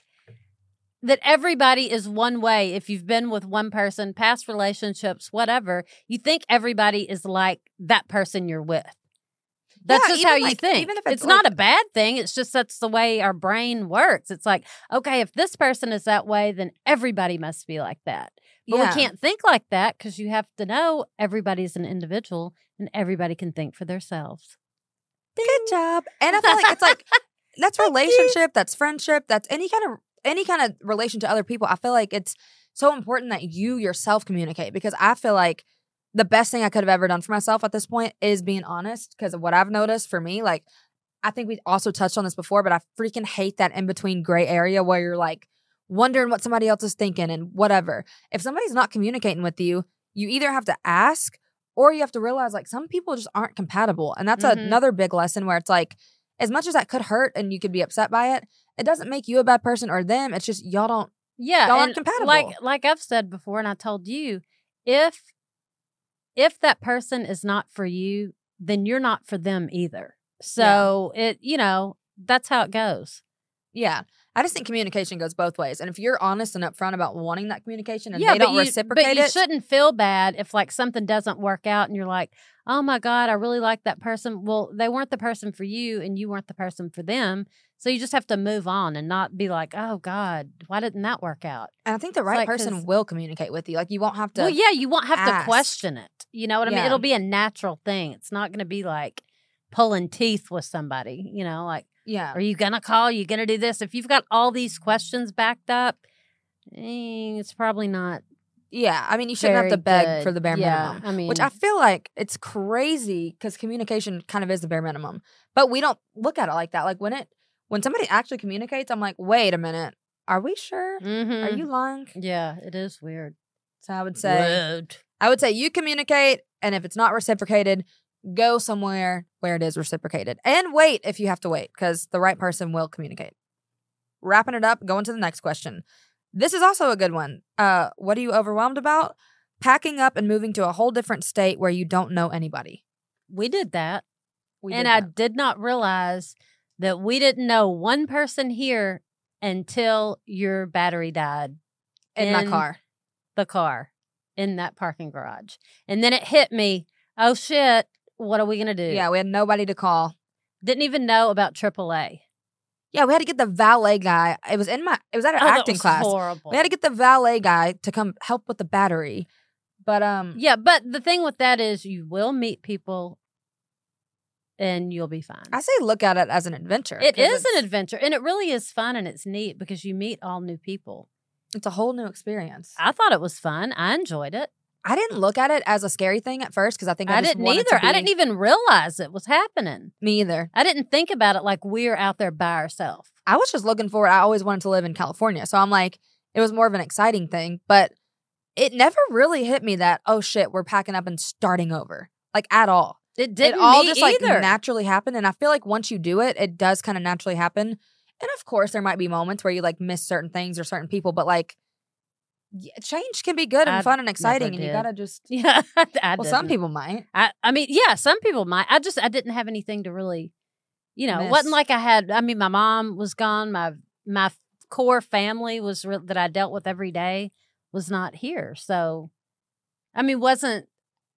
Speaker 4: that everybody is one way. If you've been with one person, past relationships, whatever, you think everybody is like that person you're with. That's
Speaker 3: Yeah,
Speaker 4: just
Speaker 3: even
Speaker 4: how you
Speaker 3: like-
Speaker 4: think.
Speaker 3: even if
Speaker 4: it's
Speaker 3: it's like-
Speaker 4: not a bad thing. It's just that's the way our brain works. It's like, okay, if this person is that way, then everybody must be like that. But
Speaker 3: Yeah.
Speaker 4: we can't think like that because you have to know everybody's an individual and everybody can think for themselves.
Speaker 3: Good job. And I feel like it's like, that's relationship, that's friendship, that's any kind of any kind of relation to other people. I feel like it's so important that you yourself communicate because I feel like the best thing I could have ever done for myself at this point is being honest because of what I've noticed for me like I think we also touched on this before but I freaking hate that in between gray area where you're like wondering what somebody else is thinking and whatever. If somebody's not communicating with you, you either have to ask or you have to realize like some people just aren't compatible. And that's
Speaker 4: Mhm.
Speaker 3: another big lesson where it's like as much as that could hurt and you could be upset by it, it doesn't make you a bad person or them. It's just y'all don't.
Speaker 4: Yeah.
Speaker 3: Y'all aren't
Speaker 4: and
Speaker 3: compatible.
Speaker 4: Like like I've said before and I told you, if if that person is not for you, then you're not for them either. So it, you know, that's how it goes.
Speaker 3: Yeah. I just think communication goes both ways. And if you're honest and upfront about wanting that communication and they
Speaker 4: but
Speaker 3: don't
Speaker 4: you,
Speaker 3: reciprocate
Speaker 4: But you
Speaker 3: it,
Speaker 4: shouldn't feel bad if like something doesn't work out and you're like, oh my God, I really like that person. Well, they weren't the person for you and you weren't the person for them. So you just have to move on and not be like, oh God, why didn't that work out?
Speaker 3: and I think the
Speaker 4: It's
Speaker 3: right
Speaker 4: like, 'cause-
Speaker 3: person will communicate with you. Like you won't have to.
Speaker 4: well, yeah, you won't have to
Speaker 3: ask.
Speaker 4: question it. You know what I mean?
Speaker 3: Yeah.
Speaker 4: It'll be a natural thing. It's not going to be like pulling teeth with somebody, you know, like,
Speaker 3: yeah.
Speaker 4: are you going to call? Are you going to do this? If you've got all these questions backed up, eh, it's probably not.
Speaker 3: Yeah. I mean, you shouldn't have to beg
Speaker 4: very good.
Speaker 3: for the bare
Speaker 4: Yeah,
Speaker 3: minimum.
Speaker 4: I mean,
Speaker 3: Which I feel like it's crazy because communication kind of is the bare minimum, but we don't look at it like that. Like when it when somebody actually communicates, I'm like, wait a minute, are we sure? Are
Speaker 4: Mhm.
Speaker 3: you lying?
Speaker 4: Yeah, it is weird.
Speaker 3: So I would say I would say you communicate, and if it's not reciprocated, go somewhere where it is reciprocated, and wait if you have to wait because the right person will communicate. Wrapping it up, going to the next question. This is also a good one. Uh, what are you overwhelmed about? Packing up and moving to a whole different state where you don't know anybody.
Speaker 4: We did that.
Speaker 3: We
Speaker 4: and
Speaker 3: did
Speaker 4: I
Speaker 3: that.
Speaker 4: did not realize that we didn't know one person here until your battery died
Speaker 3: in, my
Speaker 4: in
Speaker 3: car.
Speaker 4: the car in that parking garage. And then it hit me oh shit, what are we going to do?
Speaker 3: Yeah, we had nobody to call.
Speaker 4: Didn't even know about AAA.
Speaker 3: Yeah, we had to get the valet guy. It was in my. It was at an
Speaker 4: Oh, that
Speaker 3: acting
Speaker 4: was
Speaker 3: class.
Speaker 4: Horrible.
Speaker 3: We had to get the valet guy to come help with the battery. But um,
Speaker 4: yeah, but the thing with that is you will meet people and you'll be fine.
Speaker 3: I say look at it as an adventure.
Speaker 4: It
Speaker 3: 'cause
Speaker 4: is
Speaker 3: it's-
Speaker 4: an adventure, and it really is fun, and it's neat because you meet all new people.
Speaker 3: It's a whole new experience. I,
Speaker 4: I thought it was fun. I enjoyed it.
Speaker 3: didn't look at it as a scary thing at first because I think I,
Speaker 4: I,
Speaker 3: just
Speaker 4: didn't
Speaker 3: wanted
Speaker 4: either.
Speaker 3: To
Speaker 4: I didn't e even realize it was happening.
Speaker 3: me either.
Speaker 4: I didn't think about it like we're out there by ourselves.
Speaker 3: I was just looking forward. I always wanted to live in California, so I'm like, it was more of an exciting thing. But it never really hit me that oh shit, we're packing up and starting over like at all.
Speaker 4: It didn't
Speaker 3: it all
Speaker 4: me
Speaker 3: just
Speaker 4: either.
Speaker 3: like naturally happen. And I feel like once you do it, it does kind of naturally happen. And of course, there might be moments where you like miss certain things or certain people, but like y- change can be good and
Speaker 4: I
Speaker 3: fun and exciting,
Speaker 4: never
Speaker 3: and you
Speaker 4: did.
Speaker 3: gotta just.
Speaker 4: yeah, I
Speaker 3: well,
Speaker 4: didn't.
Speaker 3: some people might.
Speaker 4: I, I mean, yeah, some people might. I just I didn't have anything to really, you know, it wasn't
Speaker 3: Miss.
Speaker 4: like I had. I mean, my mom was gone. My my core family was re- that I dealt with every day was not here. So, I mean, wasn't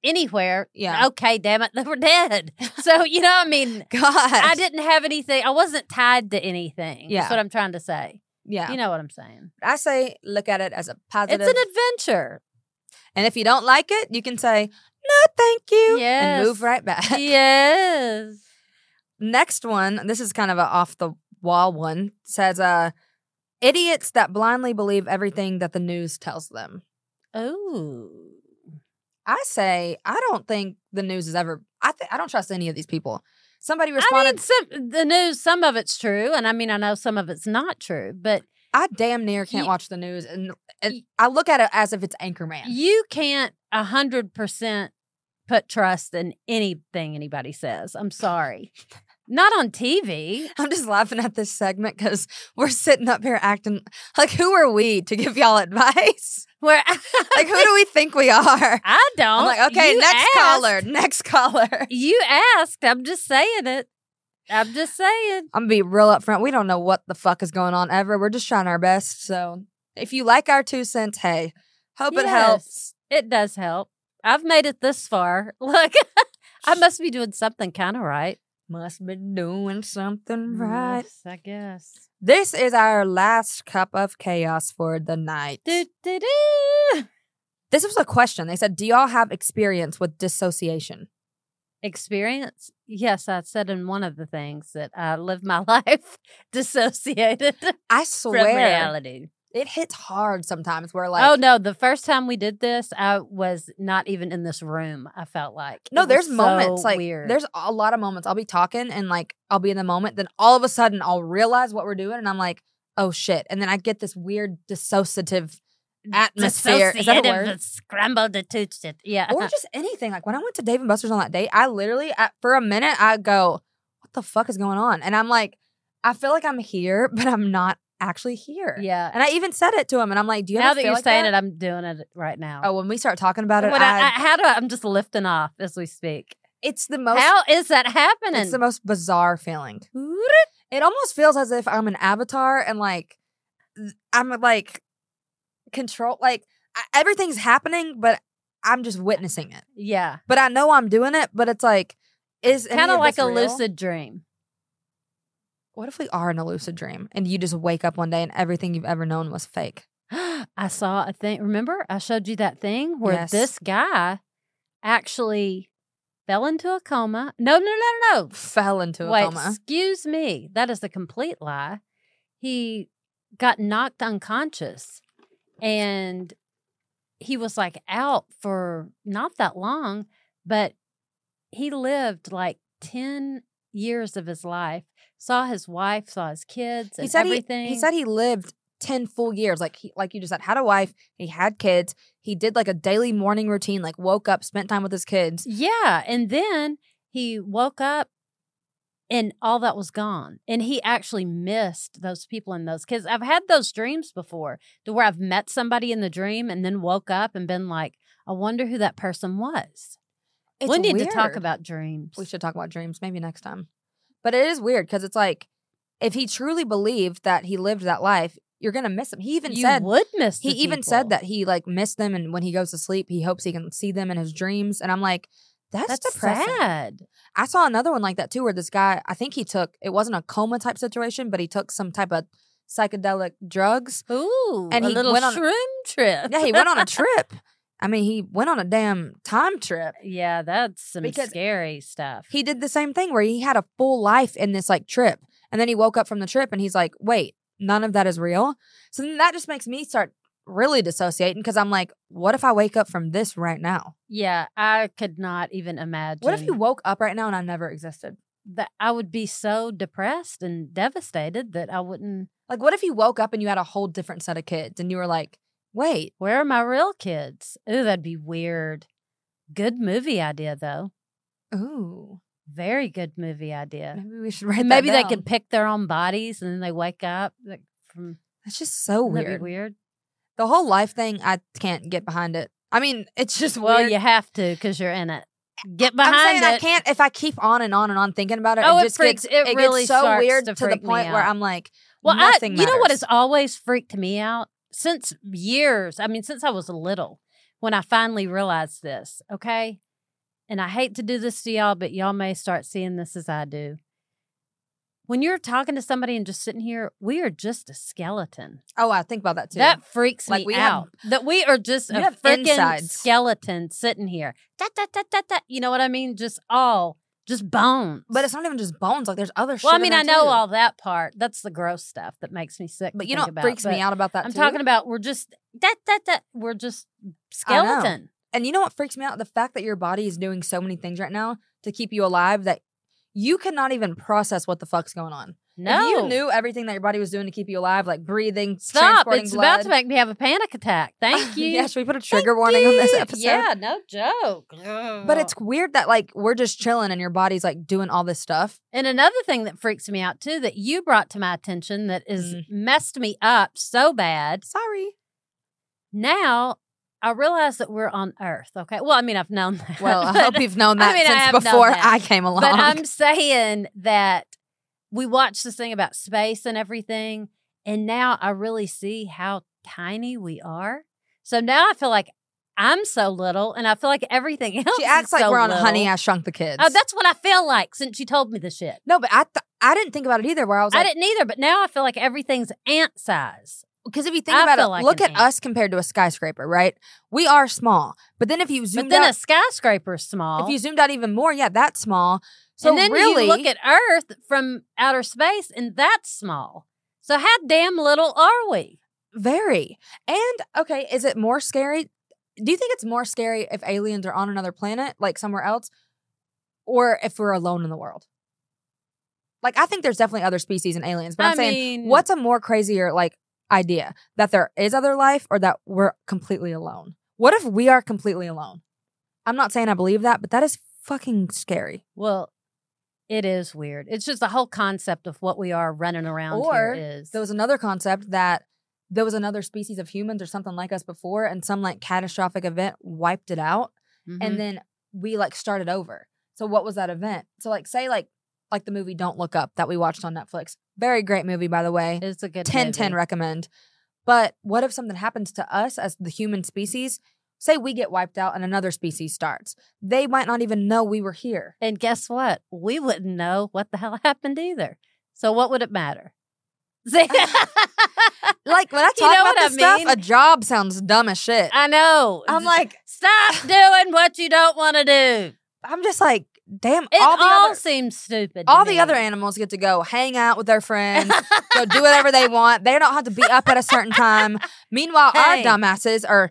Speaker 4: anywhere.
Speaker 3: Yeah.
Speaker 4: Okay, damn it, they were dead. So you know, I mean,
Speaker 3: God,
Speaker 4: I didn't have anything. I wasn't tied to anything.
Speaker 3: Yeah.
Speaker 4: That's what I'm trying to say.
Speaker 3: Yeah,
Speaker 4: You know what I'm saying?
Speaker 3: I say look at it as a positive.
Speaker 4: It's an adventure.
Speaker 3: and if you don't like it, you can say no, thank you, and
Speaker 4: Yes.
Speaker 3: move right back.
Speaker 4: yes.
Speaker 3: Next one, this is kind of a off the wall one. Says, uh, idiots that blindly believe everything that the news tells them.
Speaker 4: Oh.
Speaker 3: I say I don't think the news is ever. I th- I don't trust any of these people. Somebody responded. I,
Speaker 4: I mean, some, the news, some of it's true, and I mean, I know some of it's not true, but
Speaker 3: damn near can't
Speaker 4: Ye-
Speaker 3: watch the news, and, and
Speaker 4: Ye-
Speaker 3: I look at it as if it's Anchorman.
Speaker 4: you can't a hundred percent put trust in anything anybody says. I'm sorry, not on TV.
Speaker 3: I'm just laughing at this segment because we're sitting up here acting like who are we to give y'all advice?
Speaker 4: Where
Speaker 3: Like who do we think we are?
Speaker 4: I don't.
Speaker 3: I'm like, okay,
Speaker 4: You
Speaker 3: next
Speaker 4: asked.
Speaker 3: caller, next caller.
Speaker 4: You asked. I'm just saying it. I'm just saying.
Speaker 3: I'm gonna be real upfront. We don't know what the fuck is going on ever. We're just trying our best. So if you like our two cents, hey, hope it
Speaker 4: Yes.
Speaker 3: helps.
Speaker 4: It does help. I've made it this far. Look, I must be doing something kind of right.
Speaker 3: Must be doing something right.
Speaker 4: Yes, I guess.
Speaker 3: Mm-hmm. This is our last cup of chaos for the night.
Speaker 4: Do, do, do.
Speaker 3: This was a question. They said, Do y'all have experience with dissociation?
Speaker 4: Experience? Yes, I said in one of the things that I live my life dissociated
Speaker 3: I
Speaker 4: from
Speaker 3: swear.
Speaker 4: reality.
Speaker 3: it hits hard sometimes where like
Speaker 4: oh no, the first time we did this, I was not even in this room. I felt like It
Speaker 3: no
Speaker 4: was
Speaker 3: there's moments
Speaker 4: so
Speaker 3: like
Speaker 4: weird.
Speaker 3: there's a lot of moments i'll be talking and like i'll be in the moment then all of a sudden i'll realize what we're doing and i'm like oh shit and then i get this weird dissociative atmosphere is that a
Speaker 4: Dissociative,
Speaker 3: word
Speaker 4: uh, Scrambled the tooth shit. Yeah.
Speaker 3: or just anything like when i went to dave and buster's on that date i literally I, for a minute i go what the fuck is going on and i'm like i feel like i'm here but i'm not actually here
Speaker 4: yeah.
Speaker 3: and i even said it to him and i'm like do you
Speaker 4: now
Speaker 3: ever
Speaker 4: that
Speaker 3: feel
Speaker 4: you're
Speaker 3: like
Speaker 4: saying
Speaker 3: that?
Speaker 4: it, I'm doing it right now.
Speaker 3: oh when we start talking about it
Speaker 4: What I-
Speaker 3: I-
Speaker 4: I- how do I, I'm just lifting off as we speak.
Speaker 3: it's the most
Speaker 4: how is that happening?
Speaker 3: Oh, it's the most bizarre feeling it almost feels as if I'm an avatar and like th- I'm like control like I, everything's happening, but I'm just witnessing it.
Speaker 4: yeah,
Speaker 3: But I know I'm doing it. But it's like is any
Speaker 4: kind of
Speaker 3: of
Speaker 4: like
Speaker 3: this
Speaker 4: a
Speaker 3: real?
Speaker 4: lucid dream.
Speaker 3: What if we are in a lucid dream and you just wake up one day and everything you've ever known was fake?
Speaker 4: I saw a thing. Remember, I showed you that thing where
Speaker 3: Yes.
Speaker 4: this guy actually fell into a coma. No, no, no, no,
Speaker 3: Fell into
Speaker 4: no.
Speaker 3: a
Speaker 4: Wait,
Speaker 3: coma.
Speaker 4: excuse me. That is a complete lie. He got knocked unconscious and he was like out for not that long, but he lived like 10 years of his life, saw his wife, saw his kids, and
Speaker 3: He said he,
Speaker 4: everything.
Speaker 3: he said he lived ten full years. Like he, like you just said, had a wife. He had kids. He did like a daily morning routine. Like woke up, spent time with his kids.
Speaker 4: Yeah. And then he woke up and all that was gone. And he actually missed those people and those kids. I've had those dreams before to where I've met somebody in the dream and then woke up and been like, I wonder who that person was.
Speaker 3: It's
Speaker 4: we need to talk
Speaker 3: weird.
Speaker 4: about dreams.
Speaker 3: we should talk about dreams maybe next time. But it is weird because it's like if he truly believed that he lived that life, you're gonna miss him. He even
Speaker 4: you
Speaker 3: said
Speaker 4: would miss
Speaker 3: he
Speaker 4: the
Speaker 3: even said
Speaker 4: people.
Speaker 3: that he like missed them, and when he goes to sleep, he hopes he can see them in his dreams. And I'm like, that's,
Speaker 4: That's
Speaker 3: depressing.
Speaker 4: sad.
Speaker 3: I saw another one like that too, where this guy, I think he took it wasn't a coma type situation, but he took some type of psychedelic drugs.
Speaker 4: Ooh,
Speaker 3: And
Speaker 4: a
Speaker 3: he
Speaker 4: little
Speaker 3: went on-
Speaker 4: shroom trip.
Speaker 3: Yeah, he went on a trip. I mean, he went on a damn time trip.
Speaker 4: yeah, that's some
Speaker 3: Because-
Speaker 4: scary stuff.
Speaker 3: he did the same thing where he had a full life in this like trip and then he woke up from the trip and he's like wait none of that is real so then that just makes me start really dissociating because i'm like what if i wake up from this right now
Speaker 4: yeah, I could not even imagine.
Speaker 3: what if you woke up right now and i never existed
Speaker 4: that I would be so depressed and devastated that I wouldn't.
Speaker 3: like what if you woke up and you had a whole different set of kids and you were like wait
Speaker 4: Where are my real kids? Ooh, that'd be weird. Good movie idea, though.
Speaker 3: ooh
Speaker 4: Very good movie idea.
Speaker 3: maybe we should write
Speaker 4: And
Speaker 3: that
Speaker 4: maybe they
Speaker 3: down."
Speaker 4: could pick their own bodies and then they wake up. Like, from,
Speaker 3: that's just so
Speaker 4: wouldn't that
Speaker 3: weird.
Speaker 4: be weird?
Speaker 3: the whole life thing i can't get behind it i mean it's just
Speaker 4: Well,
Speaker 3: weird.
Speaker 4: you have to because you're in it. Get behind
Speaker 3: I'm saying
Speaker 4: it.
Speaker 3: I can't if I keep on and on and on thinking about it.
Speaker 4: Oh,
Speaker 3: it,
Speaker 4: it
Speaker 3: just
Speaker 4: freaks-
Speaker 3: gets,
Speaker 4: it really
Speaker 3: gets so
Speaker 4: starts
Speaker 3: weird to,
Speaker 4: to
Speaker 3: the
Speaker 4: freak me
Speaker 3: point where
Speaker 4: out.
Speaker 3: I'm like,
Speaker 4: Well, I,
Speaker 3: nothing
Speaker 4: you know what
Speaker 3: matters.
Speaker 4: has always freaked me out since years. I mean, since I was little, when I finally realized this. Okay, and I hate to do this to y'all, but y'all may start seeing this as I do. When you're talking to somebody and just sitting here, we are just a skeleton.
Speaker 3: oh, I think about that too.
Speaker 4: That freaks
Speaker 3: Like,
Speaker 4: me
Speaker 3: we have-
Speaker 4: out. that we are just
Speaker 3: You
Speaker 4: a
Speaker 3: have
Speaker 4: freaking
Speaker 3: insides.
Speaker 4: skeleton sitting here. Da, da, da, da, da. You know what I mean? Just all just bones.
Speaker 3: but it's not even just bones. Like there's other. shit
Speaker 4: Well, I
Speaker 3: in
Speaker 4: mean,
Speaker 3: there,
Speaker 4: I know
Speaker 3: too.
Speaker 4: all that part. That's the gross stuff that makes me sick.
Speaker 3: But
Speaker 4: to
Speaker 3: you know
Speaker 4: think
Speaker 3: what
Speaker 4: about,
Speaker 3: freaks
Speaker 4: but
Speaker 3: me out about that.
Speaker 4: I'm
Speaker 3: too?
Speaker 4: talking about we're just that that that we're just
Speaker 3: I know.
Speaker 4: skeleton.
Speaker 3: And you know what freaks me out? The fact that your body is doing so many things right now to keep you alive that you cannot even process what the fuck's going on. If
Speaker 4: No.
Speaker 3: you knew everything that your body was doing to keep you alive, like breathing,
Speaker 4: Stop.
Speaker 3: transporting
Speaker 4: It's
Speaker 3: blood.
Speaker 4: about to make me have a panic attack. Thank you.
Speaker 3: yeah, should we put a trigger warning on this episode?
Speaker 4: Yeah, no joke. Ugh.
Speaker 3: But it's weird that like we're just chilling and your body's like doing all this stuff.
Speaker 4: and another thing that freaks me out too that you brought to my attention that is
Speaker 3: Mm.
Speaker 4: messed me up so bad.
Speaker 3: Sorry.
Speaker 4: Now I realize that we're on Earth. Okay. Well, I mean, I've known that.
Speaker 3: Well, I
Speaker 4: but-
Speaker 3: hope you've known
Speaker 4: I
Speaker 3: that
Speaker 4: mean, I have known
Speaker 3: since before
Speaker 4: that.
Speaker 3: I came along.
Speaker 4: But um, I'm saying that we watched this thing about space and everything, and now I really see how tiny we are. So now I feel like I'm so little, and I feel like everything else.
Speaker 3: she acts
Speaker 4: is
Speaker 3: like
Speaker 4: so
Speaker 3: we're on
Speaker 4: little.
Speaker 3: Honey, I Shrunk the Kids.
Speaker 4: Oh, that's what I feel like since you told me the shit.
Speaker 3: no, but I th- I didn't think about it either. Where I was
Speaker 4: I
Speaker 3: like,
Speaker 4: didn't either, but now I feel like everything's ant size.
Speaker 3: because if you think
Speaker 4: I
Speaker 3: about it,
Speaker 4: feel like
Speaker 3: look
Speaker 4: an
Speaker 3: at
Speaker 4: ant.
Speaker 3: us compared to a skyscraper, right? We are small, but then if you
Speaker 4: But
Speaker 3: zoomed
Speaker 4: then a
Speaker 3: out,
Speaker 4: skyscraper's small.
Speaker 3: if you zoomed out even more, yeah, that's small. So
Speaker 4: and then
Speaker 3: really,
Speaker 4: you look at Earth from outer space, and that's small. So how damn little are we?
Speaker 3: very and okay. Is it more scary? Do you think it's more scary if aliens are on another planet, like somewhere else, or if we're alone in the world? Like I think there's definitely other species and aliens, but I'm
Speaker 4: I
Speaker 3: saying
Speaker 4: mean,
Speaker 3: What's a more crazier like idea that there is other life or that we're completely alone? What if we are completely alone? I'm not saying I believe that, but that is fucking scary.
Speaker 4: Well, it is weird. It's just the whole concept of what we are running around
Speaker 3: Or
Speaker 4: here is.
Speaker 3: There was another concept that there was another species of humans or something like us before, and some like catastrophic event wiped it out,
Speaker 4: Mhm.
Speaker 3: and then we like started over. So what was that event? So like say like like the movie Don't Look Up that we watched on Netflix. Very great movie by the way.
Speaker 4: it's a good
Speaker 3: 10 10
Speaker 4: movie.
Speaker 3: recommend. But what if something happens to us as the human species? Say we get wiped out and another species starts. They might not even know we were here.
Speaker 4: And guess what? We wouldn't know what the hell happened either. So what would it matter? See?
Speaker 3: Like when I
Speaker 4: You
Speaker 3: talk
Speaker 4: know
Speaker 3: about
Speaker 4: what I
Speaker 3: this stuff,
Speaker 4: mean?
Speaker 3: a job sounds dumb as shit.
Speaker 4: I know.
Speaker 3: I'm like,
Speaker 4: stop doing what you don't want to do.
Speaker 3: I'm just like, damn,
Speaker 4: It
Speaker 3: all
Speaker 4: all,
Speaker 3: the other
Speaker 4: seems stupid. to
Speaker 3: all the
Speaker 4: me.
Speaker 3: other animals get to go hang out with their friends, go do whatever they want. They don't have to be up at a certain time. Meanwhile,
Speaker 4: Hey.
Speaker 3: our dumbasses are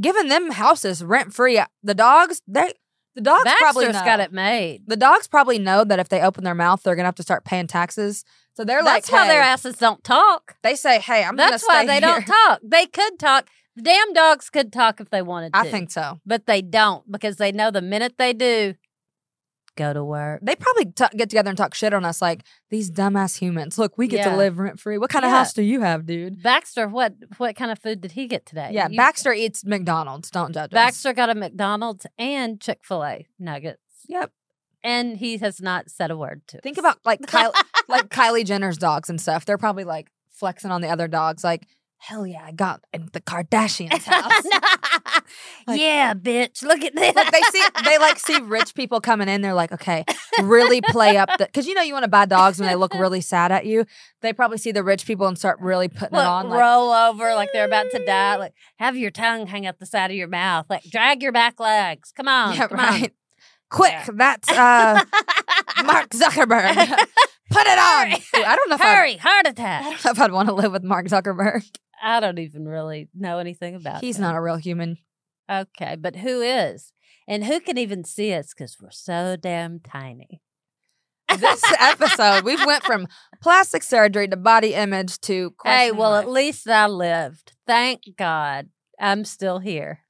Speaker 3: giving them houses rent free. The dogs, they the dogs probably
Speaker 4: Baxter's
Speaker 3: know.
Speaker 4: got it made.
Speaker 3: the dogs probably know that if they open their mouth, they're gonna have to start paying taxes. So they're
Speaker 4: That's
Speaker 3: like,
Speaker 4: why their
Speaker 3: "Hey,"
Speaker 4: asses don't talk.
Speaker 3: they say, "Hey, I'm
Speaker 4: That's
Speaker 3: gonna
Speaker 4: why
Speaker 3: stay
Speaker 4: they
Speaker 3: here."
Speaker 4: don't talk. They could talk. The damn dogs could talk if they wanted to.
Speaker 3: I think so.
Speaker 4: but they don't because they know the minute they do, go to work.
Speaker 3: They probably t- get together and talk shit on us, like these dumbass humans. Look, we get
Speaker 4: Yeah.
Speaker 3: to live rent free. What kind of
Speaker 4: Yeah.
Speaker 3: house do you have, dude?
Speaker 4: Baxter, what what kind of food did he get today?
Speaker 3: Yeah,
Speaker 4: Uh, You-
Speaker 3: Baxter eats McDonald's. Don't judge us.
Speaker 4: Baxter got a McDonald's and Chick Fil A nuggets,
Speaker 3: Yep.
Speaker 4: and he has not said a word to.
Speaker 3: Think
Speaker 4: us.
Speaker 3: about like Kylie, like Kylie Jenner's dogs and stuff. They're probably like flexing on the other dogs, like, "Hell yeah, I got in the Kardashians' house." Like-
Speaker 4: yeah, bitch. Look at this.
Speaker 3: like they see they like see rich people coming in they're like okay really play up the because you know you want to buy dogs when they look really sad at you they probably see the rich people and start really putting
Speaker 4: Look,
Speaker 3: it on like
Speaker 4: roll over like they're about to die. Like have your tongue hang out the side of your mouth. Like drag your back legs. Come on,
Speaker 3: yeah,
Speaker 4: come
Speaker 3: right
Speaker 4: on.
Speaker 3: quick
Speaker 4: Yeah.
Speaker 3: that's uh mark zuckerberg put it on
Speaker 4: Hurry.
Speaker 3: Ooh, i don't know if I'd,
Speaker 4: Hurry, heart
Speaker 3: I
Speaker 4: attack.
Speaker 3: don't know if I'd want to live with Mark Zuckerberg.
Speaker 4: I don't even really know anything about.
Speaker 3: He's
Speaker 4: him.
Speaker 3: not a real human.
Speaker 4: Okay, but who is? And who can even see us because we're so damn tiny?
Speaker 3: This episode, we've went from plastic surgery to body image to
Speaker 4: Hey,
Speaker 3: questioning
Speaker 4: well,
Speaker 3: life.
Speaker 4: at least I lived. Thank God I'm still here.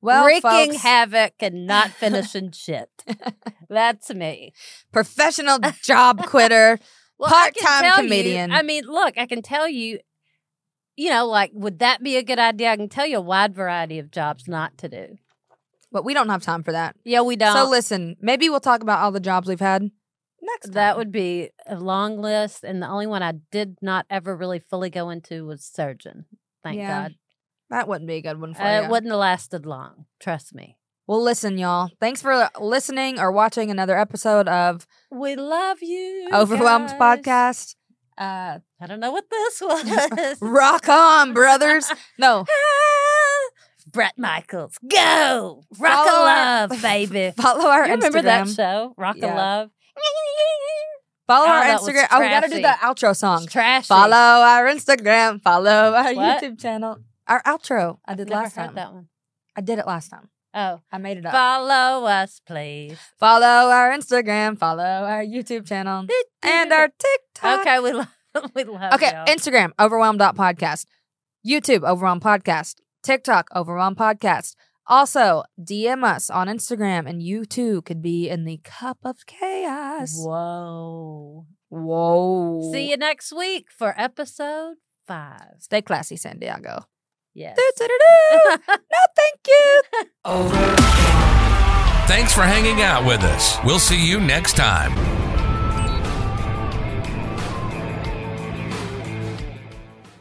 Speaker 3: well,
Speaker 4: Wreaking
Speaker 3: folks,
Speaker 4: havoc and not finishing shit. That's me.
Speaker 3: professional job quitter.
Speaker 4: I can
Speaker 3: Part-time
Speaker 4: tell you-
Speaker 3: comedian.
Speaker 4: I mean, look, I can tell you, you know, like, would that be a good idea? I can tell you a wide variety of jobs not to do.
Speaker 3: But we don't have time for that.
Speaker 4: Yeah, we don't.
Speaker 3: So listen, maybe we'll talk about all the jobs we've had next.
Speaker 4: That
Speaker 3: time.
Speaker 4: would be a long list, and the only one I did not ever really fully go into was surgeon. Thank
Speaker 3: Yeah,
Speaker 4: God,
Speaker 3: that wouldn't be a good one for
Speaker 4: Uh,
Speaker 3: you.
Speaker 4: it wouldn't have lasted long. Trust me.
Speaker 3: well, listen, y'all. Thanks for listening or watching another episode of
Speaker 4: We love you,
Speaker 3: Overwhelmed
Speaker 4: guys.
Speaker 3: Podcast. Uh,
Speaker 4: I don't know what this was. Ah,
Speaker 3: rock on, brothers! No,
Speaker 4: Brett Michaels, go rock
Speaker 3: Follow our-
Speaker 4: a love, baby.
Speaker 3: follow our
Speaker 4: you remember
Speaker 3: Instagram.
Speaker 4: that show, Rock
Speaker 3: Yeah.
Speaker 4: a Love?
Speaker 3: Follow
Speaker 4: Oh,
Speaker 3: our
Speaker 4: that was
Speaker 3: Instagram. Oh, we gotta do the
Speaker 4: trashy.
Speaker 3: outro song.
Speaker 4: It's trashy.
Speaker 3: Um, Follow our Instagram. Follow our
Speaker 4: What?
Speaker 3: YouTube channel. Our outro. I did
Speaker 4: Never
Speaker 3: last
Speaker 4: heard
Speaker 3: time.
Speaker 4: that one.
Speaker 3: I did it last time.
Speaker 4: Oh,
Speaker 3: I made it up.
Speaker 4: follow us, please.
Speaker 3: follow our Instagram, follow our YouTube channel, and our TikTok.
Speaker 4: okay, we love we love.
Speaker 3: Okay,
Speaker 4: y'all.
Speaker 3: Instagram, overwhelm.podcast. YouTube, overwhelm podcast. TikTok, overwhelm podcast. Also, DM us on Instagram, and you too could be in the cup of chaos.
Speaker 4: Whoa.
Speaker 3: Whoa.
Speaker 4: See you next week for episode five.
Speaker 3: Stay classy, San Diego.
Speaker 4: Yes.
Speaker 3: Do-do-do-do. no, thank you.
Speaker 2: Thanks for hanging out with us. We'll see you next time.